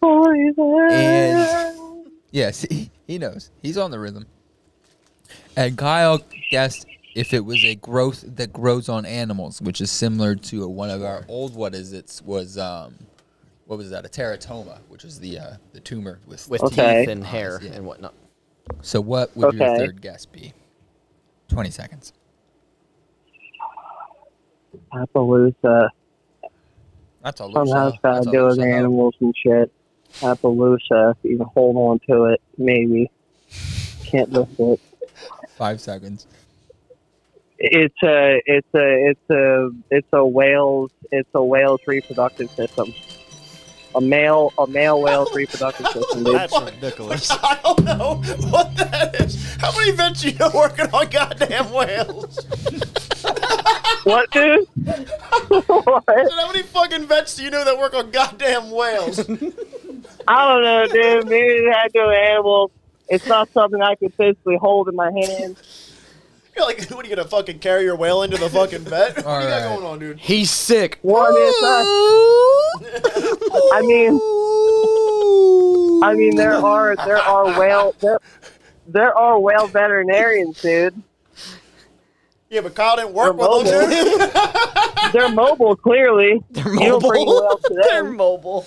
Speaker 8: Poison.
Speaker 1: and- yes, he, he knows. He's on the rhythm. And Kyle guessed if it was a growth that grows on animals, which is similar to one of our old what is it was um, what was that a teratoma, which is the uh, the tumor with.
Speaker 3: With
Speaker 8: Okay.
Speaker 3: teeth and hair
Speaker 1: Yeah.
Speaker 3: and whatnot.
Speaker 1: so what would your
Speaker 8: Okay.
Speaker 1: third guess be? Twenty seconds.
Speaker 8: Appaloosa.
Speaker 1: That's all.
Speaker 8: Somehow it's
Speaker 1: Lucia. That's
Speaker 8: got to
Speaker 1: all
Speaker 8: do with
Speaker 1: Lucia.
Speaker 8: animals and shit. Appaloosa. If you can hold on to it, maybe. Can't lift it.
Speaker 1: Five seconds.
Speaker 8: It's a, it's a, it's a, it's a whale's, it's a whale's reproductive system. A male, a male whale's reproductive system, dude.
Speaker 2: That's ridiculous. I don't know what that is. How many vets you know working on goddamn whales?
Speaker 8: What, dude? what?
Speaker 2: And how many fucking vets do you know that work on goddamn whales?
Speaker 8: I don't know, dude. Maybe it had to do with animals. It's not something I could physically hold in my hand.
Speaker 2: You're like, what are you gonna fucking carry your whale into the fucking vet? What do you got
Speaker 1: Alright.
Speaker 2: going on, dude?
Speaker 3: He's sick.
Speaker 8: One is not. I mean, I mean, there are there are whale there, there are whale veterinarians, dude.
Speaker 2: Yeah, but Kyle didn't work
Speaker 8: They're
Speaker 2: with them, dude.
Speaker 8: They're mobile, clearly.
Speaker 3: They're
Speaker 8: You don't bring
Speaker 3: mobile.
Speaker 8: whale to
Speaker 3: They're
Speaker 8: them.
Speaker 3: mobile.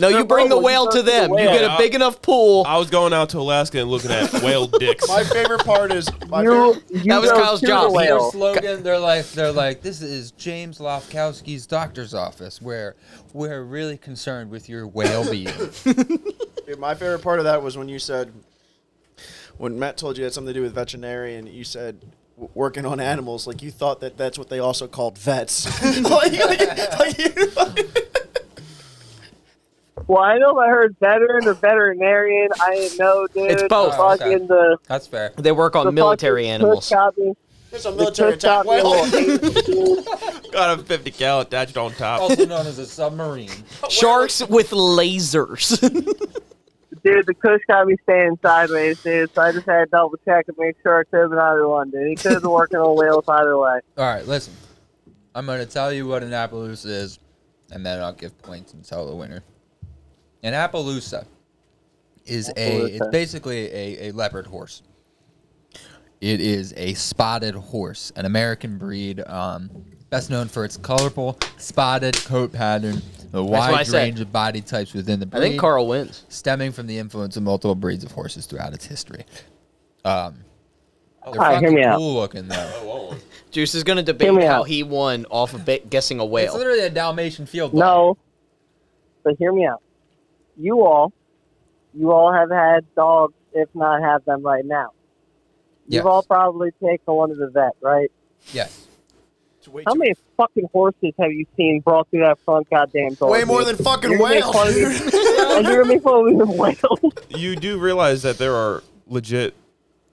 Speaker 3: No,
Speaker 8: They're
Speaker 3: you bring the
Speaker 8: mobile. You
Speaker 3: whale
Speaker 8: throw
Speaker 3: to
Speaker 8: it to the
Speaker 3: them. You
Speaker 8: whale.
Speaker 3: get a big enough pool.
Speaker 7: I was going out to Alaska and looking at whale dicks.
Speaker 2: My favorite part is my
Speaker 8: You,
Speaker 2: favorite,
Speaker 8: you
Speaker 3: That was
Speaker 8: go
Speaker 3: Kyle's
Speaker 8: to
Speaker 3: job.
Speaker 8: The
Speaker 1: Their
Speaker 8: whale.
Speaker 1: Oh, slogan, they're like, they're like, this is James Lofkowski's doctor's office, where we're really concerned with your whale being.
Speaker 2: dude, my favorite part of that was when you said when Matt told you it had something to do with veterinarian. You said w- working on animals, like you thought that that's what they also called vets. like, like, like you,
Speaker 8: Well, I know if I heard veteran or veterinarian. I didn't know, dude.
Speaker 3: It's both.
Speaker 8: The fucking
Speaker 1: Okay.
Speaker 8: the,
Speaker 1: That's fair.
Speaker 3: They work
Speaker 8: the
Speaker 3: on military
Speaker 8: fucking
Speaker 3: animals.
Speaker 8: Cook got me-
Speaker 2: it's a
Speaker 8: the
Speaker 2: military
Speaker 8: cook
Speaker 2: attack
Speaker 8: got me a
Speaker 2: whale.
Speaker 8: little anxious, dude.
Speaker 7: Got a 50 cal attached on top.
Speaker 1: Also known as a submarine.
Speaker 3: Sharks with lasers.
Speaker 8: Dude, the Kush got me staying sideways, dude. So I just had to double check and make sure it could have been either one, dude. He could have been working on whales either way.
Speaker 1: All right, listen. I'm gonna tell you what an Appaloosa is, and then I'll give points and tell the winner. An Appaloosa is a it's
Speaker 8: Appaloosa.
Speaker 1: basically a, a leopard horse. It is a spotted horse, an American breed, um, best known for its colorful spotted coat pattern, a
Speaker 3: what I
Speaker 1: wide
Speaker 3: said.
Speaker 1: range of body types within the
Speaker 3: I
Speaker 1: breed
Speaker 3: think Carl wins.
Speaker 1: stemming from the influence of multiple breeds of horses throughout its history. Um,
Speaker 3: Oh.
Speaker 1: they're
Speaker 8: Hi, hear
Speaker 1: fucking
Speaker 8: me out.
Speaker 1: cool looking though.
Speaker 3: Juice is gonna
Speaker 8: Hear
Speaker 3: debate
Speaker 8: me
Speaker 3: how
Speaker 8: out.
Speaker 3: he won off of ba- guessing a
Speaker 1: It's
Speaker 3: whale.
Speaker 1: literally a Dalmatian field. dog.
Speaker 8: No, but hear me out. You all, you all have had dogs, if not have them right now.
Speaker 1: Yes.
Speaker 8: You've all probably taken one to the vet, right?
Speaker 1: Yes.
Speaker 8: How many fucking horses have you seen brought through that front goddamn door?
Speaker 2: Way
Speaker 8: dude?
Speaker 2: more than fucking
Speaker 8: You're gonna make
Speaker 2: whales.
Speaker 8: fun of me-
Speaker 2: dude.
Speaker 8: and you're gonna make fun of me with whales.
Speaker 7: You do realize that there are legit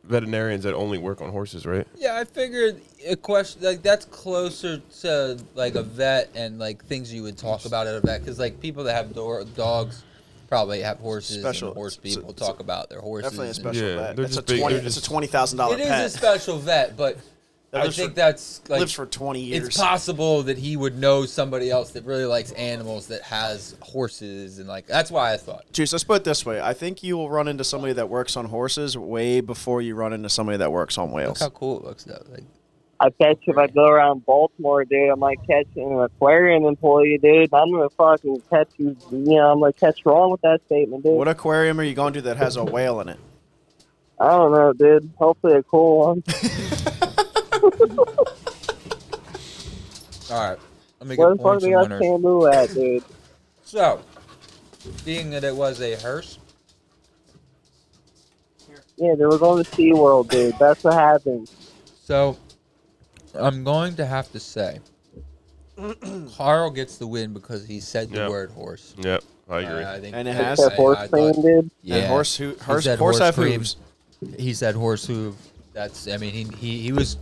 Speaker 7: veterinarians that only work on horses, right?
Speaker 1: Yeah, I figured a question like that's closer to like a vet and like things you would talk about at a vet because like people that have door- dogs probably have horses
Speaker 2: Special.
Speaker 1: and horse
Speaker 2: It's-
Speaker 1: people
Speaker 2: it's-
Speaker 1: talk about their horses.
Speaker 2: Definitely a
Speaker 1: and-
Speaker 2: special
Speaker 7: Yeah,
Speaker 2: vet.
Speaker 7: they're
Speaker 2: It's a
Speaker 7: just big-
Speaker 2: twenty.
Speaker 7: they're
Speaker 2: It's a
Speaker 7: just-
Speaker 2: twenty thousand dollar
Speaker 1: It is
Speaker 2: pet.
Speaker 1: a special vet, but
Speaker 2: That
Speaker 1: I
Speaker 2: lives
Speaker 1: think
Speaker 2: for-
Speaker 1: that's like
Speaker 2: lives for twenty years.
Speaker 1: it's possible that he would know somebody else that really likes animals that has horses and like that's why I thought.
Speaker 2: Juice, let's put it this way. I think you will run into somebody that works on horses way before you run into somebody that works on
Speaker 1: Look
Speaker 2: whales.
Speaker 1: how cool it looks though. Like
Speaker 8: I bet you if I go around Baltimore, dude, I might catch an aquarium employee, dude. I'm gonna fucking catch you. You know, I'm gonna catch you wrong with that statement, dude.
Speaker 2: What aquarium are you going to that has a whale in it?
Speaker 8: I don't know, dude. Hopefully a cool one.
Speaker 1: all right, let me
Speaker 8: Where
Speaker 1: get
Speaker 8: the fuck
Speaker 1: points
Speaker 8: they
Speaker 1: and
Speaker 8: got
Speaker 1: winners.
Speaker 8: Camu at, dude?
Speaker 1: So, being that it was a hearse,
Speaker 8: Yeah, they were going to SeaWorld, dude. That's what happened.
Speaker 1: So I'm going to have to say Carl gets the win because he said the
Speaker 7: Yeah.
Speaker 1: word horse.
Speaker 7: Yep, I agree.
Speaker 1: Uh, I think
Speaker 2: And it
Speaker 1: I-
Speaker 2: has-
Speaker 1: I-
Speaker 8: Except horse
Speaker 1: I
Speaker 8: cream,
Speaker 1: thought-
Speaker 8: dude.
Speaker 1: yeah.
Speaker 2: And horse who horse,
Speaker 1: said
Speaker 2: horse,
Speaker 1: horse
Speaker 2: have
Speaker 1: cream.
Speaker 2: hooves.
Speaker 1: He said horse hoof. That's I mean he, he he was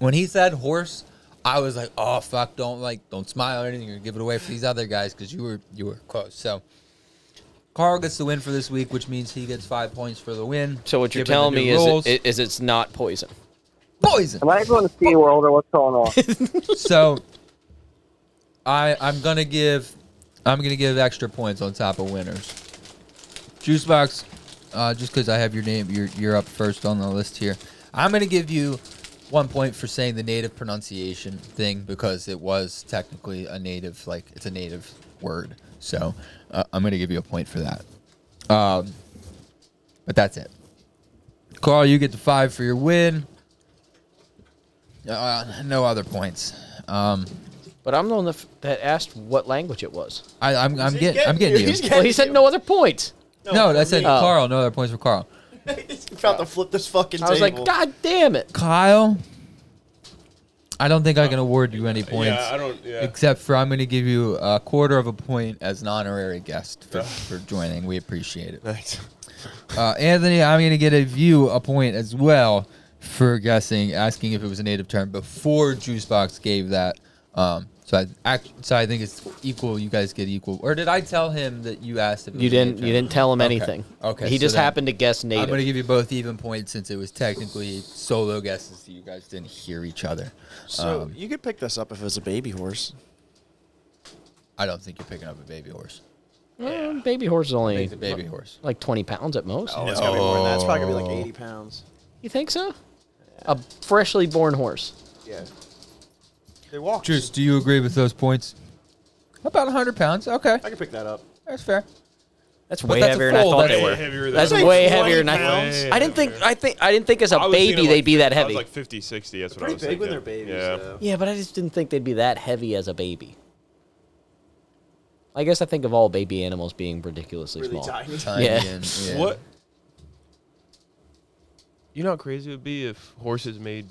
Speaker 1: when he said horse, I was like, oh fuck, don't like don't smile or anything or give it away for these other guys because you were you were close. So Carl gets the win for this week, which means he gets five points for the win.
Speaker 3: So what you're
Speaker 1: given the
Speaker 3: telling
Speaker 1: new
Speaker 3: me is,
Speaker 1: rules.
Speaker 3: it, is it's not poison.
Speaker 1: poison.
Speaker 8: Am I going to SeaWorld or what's going on?
Speaker 1: so I I'm gonna give I'm gonna give extra points on top of winners. Juicebox, uh, just because I have your name, you're you're up first on the list here. I'm gonna give you one point for saying the native pronunciation thing because it was technically a native, like it's a native word. So uh, I'm gonna give you a point for that. Um, but that's it. Carl, you get the five for your win. Uh, no other points. Um,
Speaker 3: But I'm the one that, f- that asked what language it was.
Speaker 1: I, I'm, I'm getting, I'm getting you.
Speaker 2: He's getting
Speaker 3: Well, he said
Speaker 2: you.
Speaker 3: no other points.
Speaker 1: No, I said
Speaker 3: Oh.
Speaker 1: Carl. No other points for Carl.
Speaker 2: He's about to flip this fucking
Speaker 3: I was like,
Speaker 2: table.
Speaker 3: God damn it!
Speaker 1: Kyle, I don't think I can award you any points.
Speaker 7: Yeah, I don't. Yeah.
Speaker 1: Except for I'm going to give you a quarter of a point as an honorary guest for, for joining. We appreciate it.
Speaker 7: Thanks.
Speaker 1: Uh, Anthony, I'm going to get a view a point as well for guessing, asking if it was a native term before Juicebox gave that. Um, so I act, so I think it's equal. You guys get equal. Or did I tell him that you asked if it
Speaker 3: You
Speaker 1: was a native
Speaker 3: didn't. You
Speaker 1: term?
Speaker 3: didn't tell him
Speaker 1: Okay.
Speaker 3: anything.
Speaker 1: Okay,
Speaker 3: He
Speaker 1: so
Speaker 3: just
Speaker 1: then-
Speaker 3: happened to guess
Speaker 1: I'm going to
Speaker 3: native.
Speaker 1: give you both even points since it was technically solo guesses. You guys didn't hear each other.
Speaker 2: so
Speaker 1: um,
Speaker 2: you could pick this up if it was a baby horse.
Speaker 1: I don't think you're picking up a baby horse.
Speaker 3: Well, baby horse is only
Speaker 1: It's a baby horse.
Speaker 3: like 20 pounds at most.
Speaker 2: Oh, it's gotta be more than that. It's probably gonna be like 80 pounds.
Speaker 3: You think so? A freshly born horse.
Speaker 2: Yeah. They walk.
Speaker 1: Juice, do you agree with those points? About 100 pounds. Okay,
Speaker 2: I can pick that up.
Speaker 1: that's fair.
Speaker 3: That's
Speaker 1: But
Speaker 3: way
Speaker 1: that's a
Speaker 3: heavier than I
Speaker 1: foal,
Speaker 3: thought
Speaker 1: that's
Speaker 3: they
Speaker 1: a
Speaker 3: were.
Speaker 7: heavier than
Speaker 3: That's
Speaker 7: I thought.
Speaker 3: way
Speaker 2: Like
Speaker 3: heavier than
Speaker 2: 20
Speaker 3: I.
Speaker 2: pounds?
Speaker 3: I didn't think. I think. I didn't think as a
Speaker 7: I was
Speaker 3: baby
Speaker 7: thinking
Speaker 3: they'd
Speaker 7: like-
Speaker 3: be that
Speaker 7: I was
Speaker 3: heavy.
Speaker 7: like 50, 60. That's what I
Speaker 2: Pretty
Speaker 7: was
Speaker 2: big when
Speaker 7: thinking.
Speaker 2: they're babies.
Speaker 7: Yeah.
Speaker 2: Though.
Speaker 3: yeah, but I just didn't think they'd be that heavy as a baby. I guess I think of all baby animals being ridiculously
Speaker 2: Really
Speaker 3: small.
Speaker 2: tiny.
Speaker 1: Tiny
Speaker 3: Yeah.
Speaker 1: and- yeah.
Speaker 7: What? You know how crazy it would be if horses made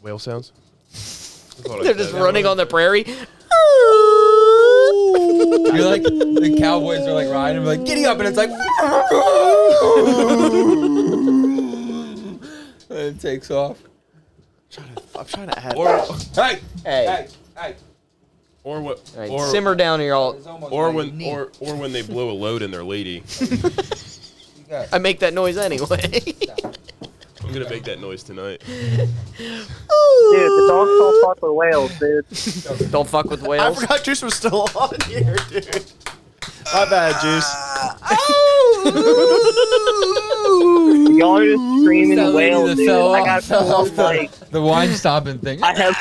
Speaker 7: whale sounds? That's what I
Speaker 3: They're just
Speaker 7: said.
Speaker 3: running on the prairie.
Speaker 1: You're like the cowboys are like riding, like giddy up, and it's like and it takes off.
Speaker 2: I'm trying to add.
Speaker 7: Or,
Speaker 1: Hey,
Speaker 3: Hey,
Speaker 1: hey!
Speaker 7: or what?
Speaker 3: all right,
Speaker 7: or,
Speaker 3: simmer down, here, all
Speaker 1: It's almost
Speaker 7: Or
Speaker 1: like
Speaker 7: when,
Speaker 1: neat.
Speaker 7: or, or when they blow a load in their lady.
Speaker 1: You got-
Speaker 3: I make that noise anyway.
Speaker 7: I'm gonna make that noise tonight.
Speaker 8: Dude, the dogs don't fuck with whales, dude.
Speaker 3: Don't fuck with
Speaker 2: I
Speaker 3: whales.
Speaker 2: forgot Juice was still on here, dude. My bad, Juice.
Speaker 8: Y'all are just
Speaker 1: Sound
Speaker 8: screaming
Speaker 1: like
Speaker 8: whales,
Speaker 1: the
Speaker 8: dude.
Speaker 1: fell
Speaker 8: I
Speaker 1: off-
Speaker 8: got
Speaker 1: fell
Speaker 8: pulled
Speaker 1: off
Speaker 8: off like
Speaker 1: the, the wine stomping thing.
Speaker 8: I have.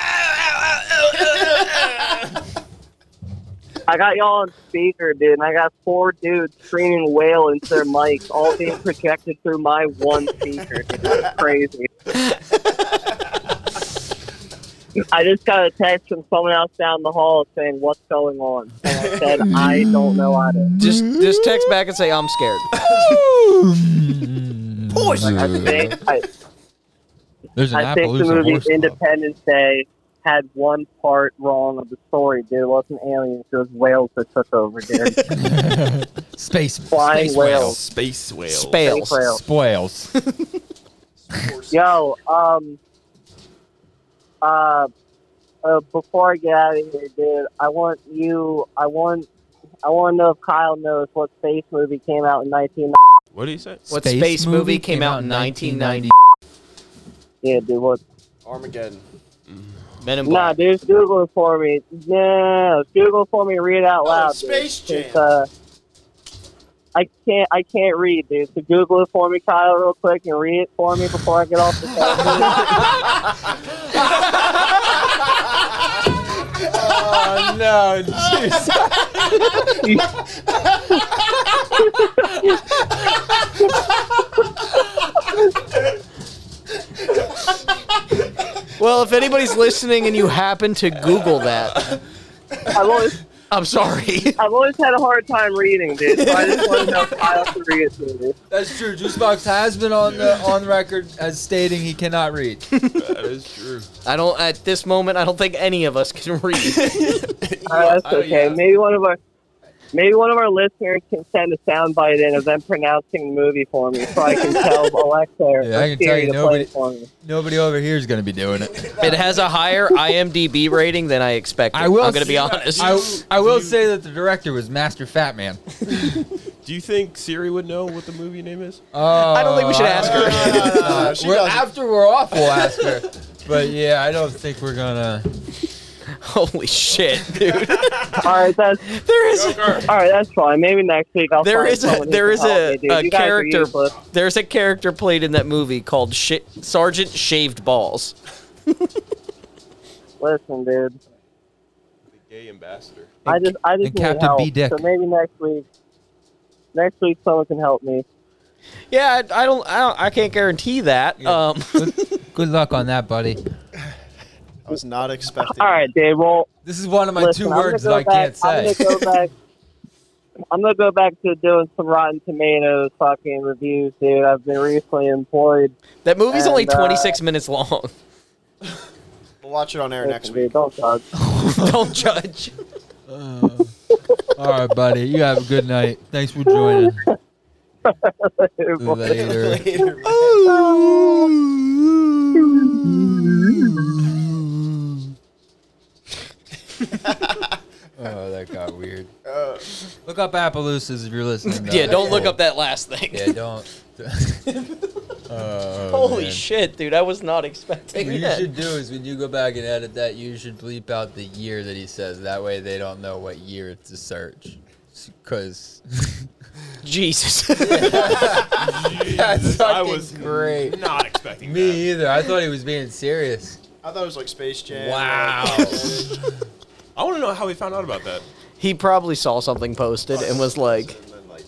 Speaker 8: I got y'all on speaker, dude, and I got four dudes screaming whale into their mics, all being projected through my one speaker. Dude. That's crazy. I just got a text from someone else down the hall saying, What's going on? And I said, I don't know either.
Speaker 3: Just, just text back and say I'm scared.
Speaker 8: I think, I,
Speaker 1: There's an
Speaker 8: I think the
Speaker 1: Appaloosa
Speaker 8: movie
Speaker 1: horse. club.
Speaker 8: Independence Day had one part wrong of the story, dude. It wasn't aliens, it was whales that took over, dude.
Speaker 1: Space
Speaker 8: Flying
Speaker 1: space
Speaker 8: whales.
Speaker 7: Space whale.
Speaker 3: Spales.
Speaker 8: Whales.
Speaker 1: Spoils.
Speaker 8: Yo, um, uh, uh, before I get out of here, dude, I want you, I want, I want to know if Kyle knows what space movie came out in 1990.
Speaker 7: What do you say?
Speaker 3: What space movie came out in 1990?
Speaker 8: Yeah, dude, what?
Speaker 2: Armageddon.
Speaker 3: Men in
Speaker 8: Nah,
Speaker 3: Black.
Speaker 8: dude, just Google it for me. No, Google it for me. Read it out
Speaker 2: Oh,
Speaker 8: loud.
Speaker 2: Space
Speaker 8: dude. 'Cause,
Speaker 2: Jam.
Speaker 8: uh, I can't, I can't read, dude. So Google it for me, Kyle, real quick, and read it for me before I get off the phone.
Speaker 1: Oh no, jeez.
Speaker 3: Well, if anybody's listening and you happen to Google that,
Speaker 8: I've always,
Speaker 3: I'm sorry.
Speaker 8: I've always had a hard time reading, dude. So I just want to know if Kyle can read it to me.
Speaker 1: That's true. Juicebox has been on the on record as stating he cannot read.
Speaker 7: that is true.
Speaker 3: I don't. At this moment, I don't think any of us can read.
Speaker 8: Uh, that's
Speaker 7: Oh,
Speaker 8: okay.
Speaker 7: yeah.
Speaker 8: Maybe one of our maybe one of our listeners can send a soundbite in of them pronouncing the movie for me, so I can tell Alexa or
Speaker 1: Yeah, I can tell
Speaker 8: Siri
Speaker 1: you
Speaker 8: to
Speaker 1: nobody-
Speaker 8: play it for me.
Speaker 1: Nobody over here is going to be doing it.
Speaker 3: It has a higher IMDb rating than I expected.
Speaker 1: I will.
Speaker 3: I'm gonna be
Speaker 1: say-
Speaker 3: honest.
Speaker 1: I, I
Speaker 7: do
Speaker 1: will
Speaker 7: you-
Speaker 1: say that the director was Master Fat Man.
Speaker 7: Do you think Siri would know what the movie name is?
Speaker 1: I
Speaker 3: don't think we should ask her.
Speaker 2: Uh, she
Speaker 1: we're-
Speaker 2: doesn't.
Speaker 1: after we're off, we'll ask her. But yeah, I don't think we're gonna.
Speaker 3: Holy shit, dude!
Speaker 8: All right, that's
Speaker 3: There is.
Speaker 8: all right. That's fine. Maybe next week I'll.
Speaker 3: There
Speaker 8: find
Speaker 3: is a
Speaker 8: someone who
Speaker 3: there
Speaker 8: can
Speaker 3: is
Speaker 8: help
Speaker 3: a,
Speaker 8: me, dude.
Speaker 3: a
Speaker 8: You guys are
Speaker 3: character
Speaker 8: useless.
Speaker 3: there's a character played in that movie called Sh- Sergeant Shaved Balls.
Speaker 8: Listen, dude.
Speaker 7: The gay ambassador.
Speaker 8: I just I just
Speaker 1: And
Speaker 8: need
Speaker 1: Captain
Speaker 8: help.
Speaker 1: B. Dick.
Speaker 8: So maybe next week. Next week, someone can help me.
Speaker 3: Yeah, I, I don't I don't I can't guarantee that.
Speaker 1: Yeah.
Speaker 3: Um,
Speaker 1: Good luck on that, buddy.
Speaker 2: I was not expecting.
Speaker 8: All right, Dave. Well,
Speaker 1: This is one of my
Speaker 8: Listen,
Speaker 1: two
Speaker 8: I'm gonna
Speaker 1: words
Speaker 8: go
Speaker 1: that I
Speaker 8: back-
Speaker 1: can't say.
Speaker 8: I'm gonna go back. I'm gonna go back to doing some Rotten Tomatoes fucking reviews, dude. I've been recently employed.
Speaker 3: that movie's only
Speaker 8: And, uh,
Speaker 3: 26 minutes long.
Speaker 2: We'll watch it on air next
Speaker 8: Listen,
Speaker 2: week.
Speaker 8: dude, Don't judge.
Speaker 3: don't judge.
Speaker 1: All right, buddy. You have a good night. Thanks for joining. Later.
Speaker 2: Later, man.
Speaker 1: Oh, that got weird.
Speaker 2: Uh,
Speaker 1: Look up Appaloosas if you're listening. though.
Speaker 3: yeah, don't look up that last thing.
Speaker 1: Yeah, don't. Oh,
Speaker 3: Holy
Speaker 1: man.
Speaker 3: shit, dude! I was not
Speaker 1: What
Speaker 3: expecting
Speaker 1: you
Speaker 3: that.
Speaker 1: should do is when you go back and edit that, you should bleep out the year that he says. That way they don't know what year it's a search. because
Speaker 3: Jesus.
Speaker 1: that's fucking
Speaker 9: I was
Speaker 1: great.
Speaker 9: Not expecting that.
Speaker 1: Me either. I thought he was being serious.
Speaker 2: I thought it was like Space Jam.
Speaker 1: Wow.
Speaker 7: I want to know how he found out about that.
Speaker 3: he probably saw something posted and was like,
Speaker 2: And then like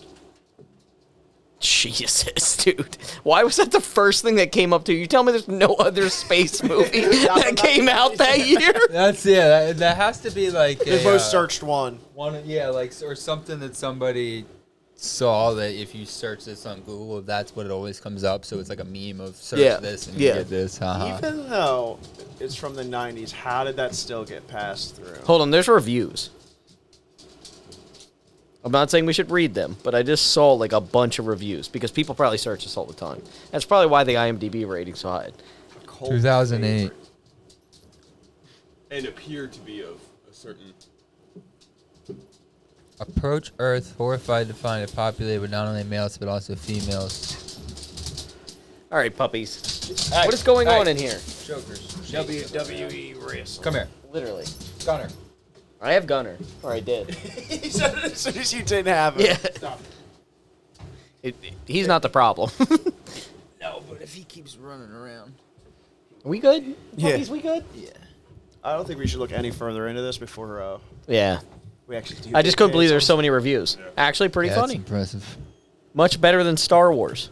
Speaker 3: Jesus, dude. Why was that the first thing that came up to you? You tell me there's no other space movie that came out that year?
Speaker 1: That's yeah. That, that has to be like
Speaker 2: they
Speaker 1: a,
Speaker 2: both
Speaker 1: uh,
Speaker 2: searched one.
Speaker 1: One, of- yeah, like or something that somebody saw that if you search this on Google, that's what it always comes up. So it's like a meme of search
Speaker 3: Yeah,
Speaker 1: this and
Speaker 3: yeah.
Speaker 1: you get this.
Speaker 3: Uh-huh.
Speaker 1: haha.
Speaker 2: Even though it's from the '90s, how did that still get passed through?
Speaker 3: Hold on, there's reviews. I'm not saying we should read them, but I just saw like a bunch of reviews because people probably search this all the time. That's probably why the IMDb rating's so high.
Speaker 2: A cult
Speaker 1: 2008.
Speaker 2: favorite.
Speaker 7: And appeared to be of a certain.
Speaker 1: Approach Earth, horrified to find it populated with not only males but also females.
Speaker 3: All right, puppies. What is going on in here?
Speaker 1: Jokers.
Speaker 9: WWE wrestling.
Speaker 1: Come here,
Speaker 3: Literally.
Speaker 1: Gunner.
Speaker 3: I have Gunner. Or I did.
Speaker 2: he said it as soon as you didn't have it.
Speaker 3: Yeah. It, it- he's not the problem.
Speaker 1: No, but if he keeps running around,
Speaker 3: we good?
Speaker 2: Yeah.
Speaker 3: Puppies, we good?
Speaker 1: yeah.
Speaker 2: I don't think we should look any further into this before uh,
Speaker 3: Yeah.
Speaker 2: we actually do.
Speaker 3: I just couldn't believe there's
Speaker 2: so.
Speaker 3: so many reviews. Actually, pretty
Speaker 1: That's
Speaker 3: funny.
Speaker 1: impressive.
Speaker 3: Much better than Star Wars.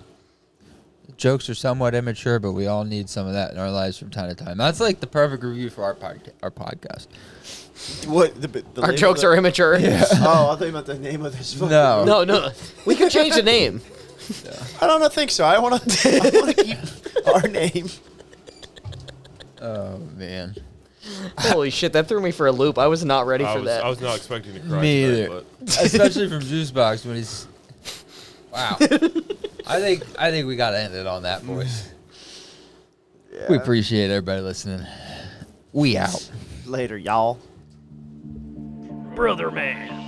Speaker 1: Jokes are somewhat immature, but we all need some of that in our lives from time to time. That's like the perfect review for our podca- our podcast.
Speaker 2: What the, the
Speaker 3: Our
Speaker 2: label
Speaker 3: jokes
Speaker 2: that-
Speaker 3: are immature.
Speaker 2: Oh, I thought you meant the name of this. fucking-
Speaker 1: No.
Speaker 3: No, no. We could change the name.
Speaker 2: I don't know, think so. I want to. I want to keep our name.
Speaker 1: Oh man.
Speaker 3: Holy shit, that threw me for a loop. I was not ready
Speaker 7: I
Speaker 3: for
Speaker 7: was,
Speaker 3: that.
Speaker 7: I was not expecting to cry.
Speaker 1: Me
Speaker 7: tonight,
Speaker 1: either.
Speaker 7: but-
Speaker 1: especially from Juicebox when he's. Wow, I think I think we got to end it on that, boys. We appreciate everybody listening. We out.
Speaker 2: Later, y'all.
Speaker 9: Brother man.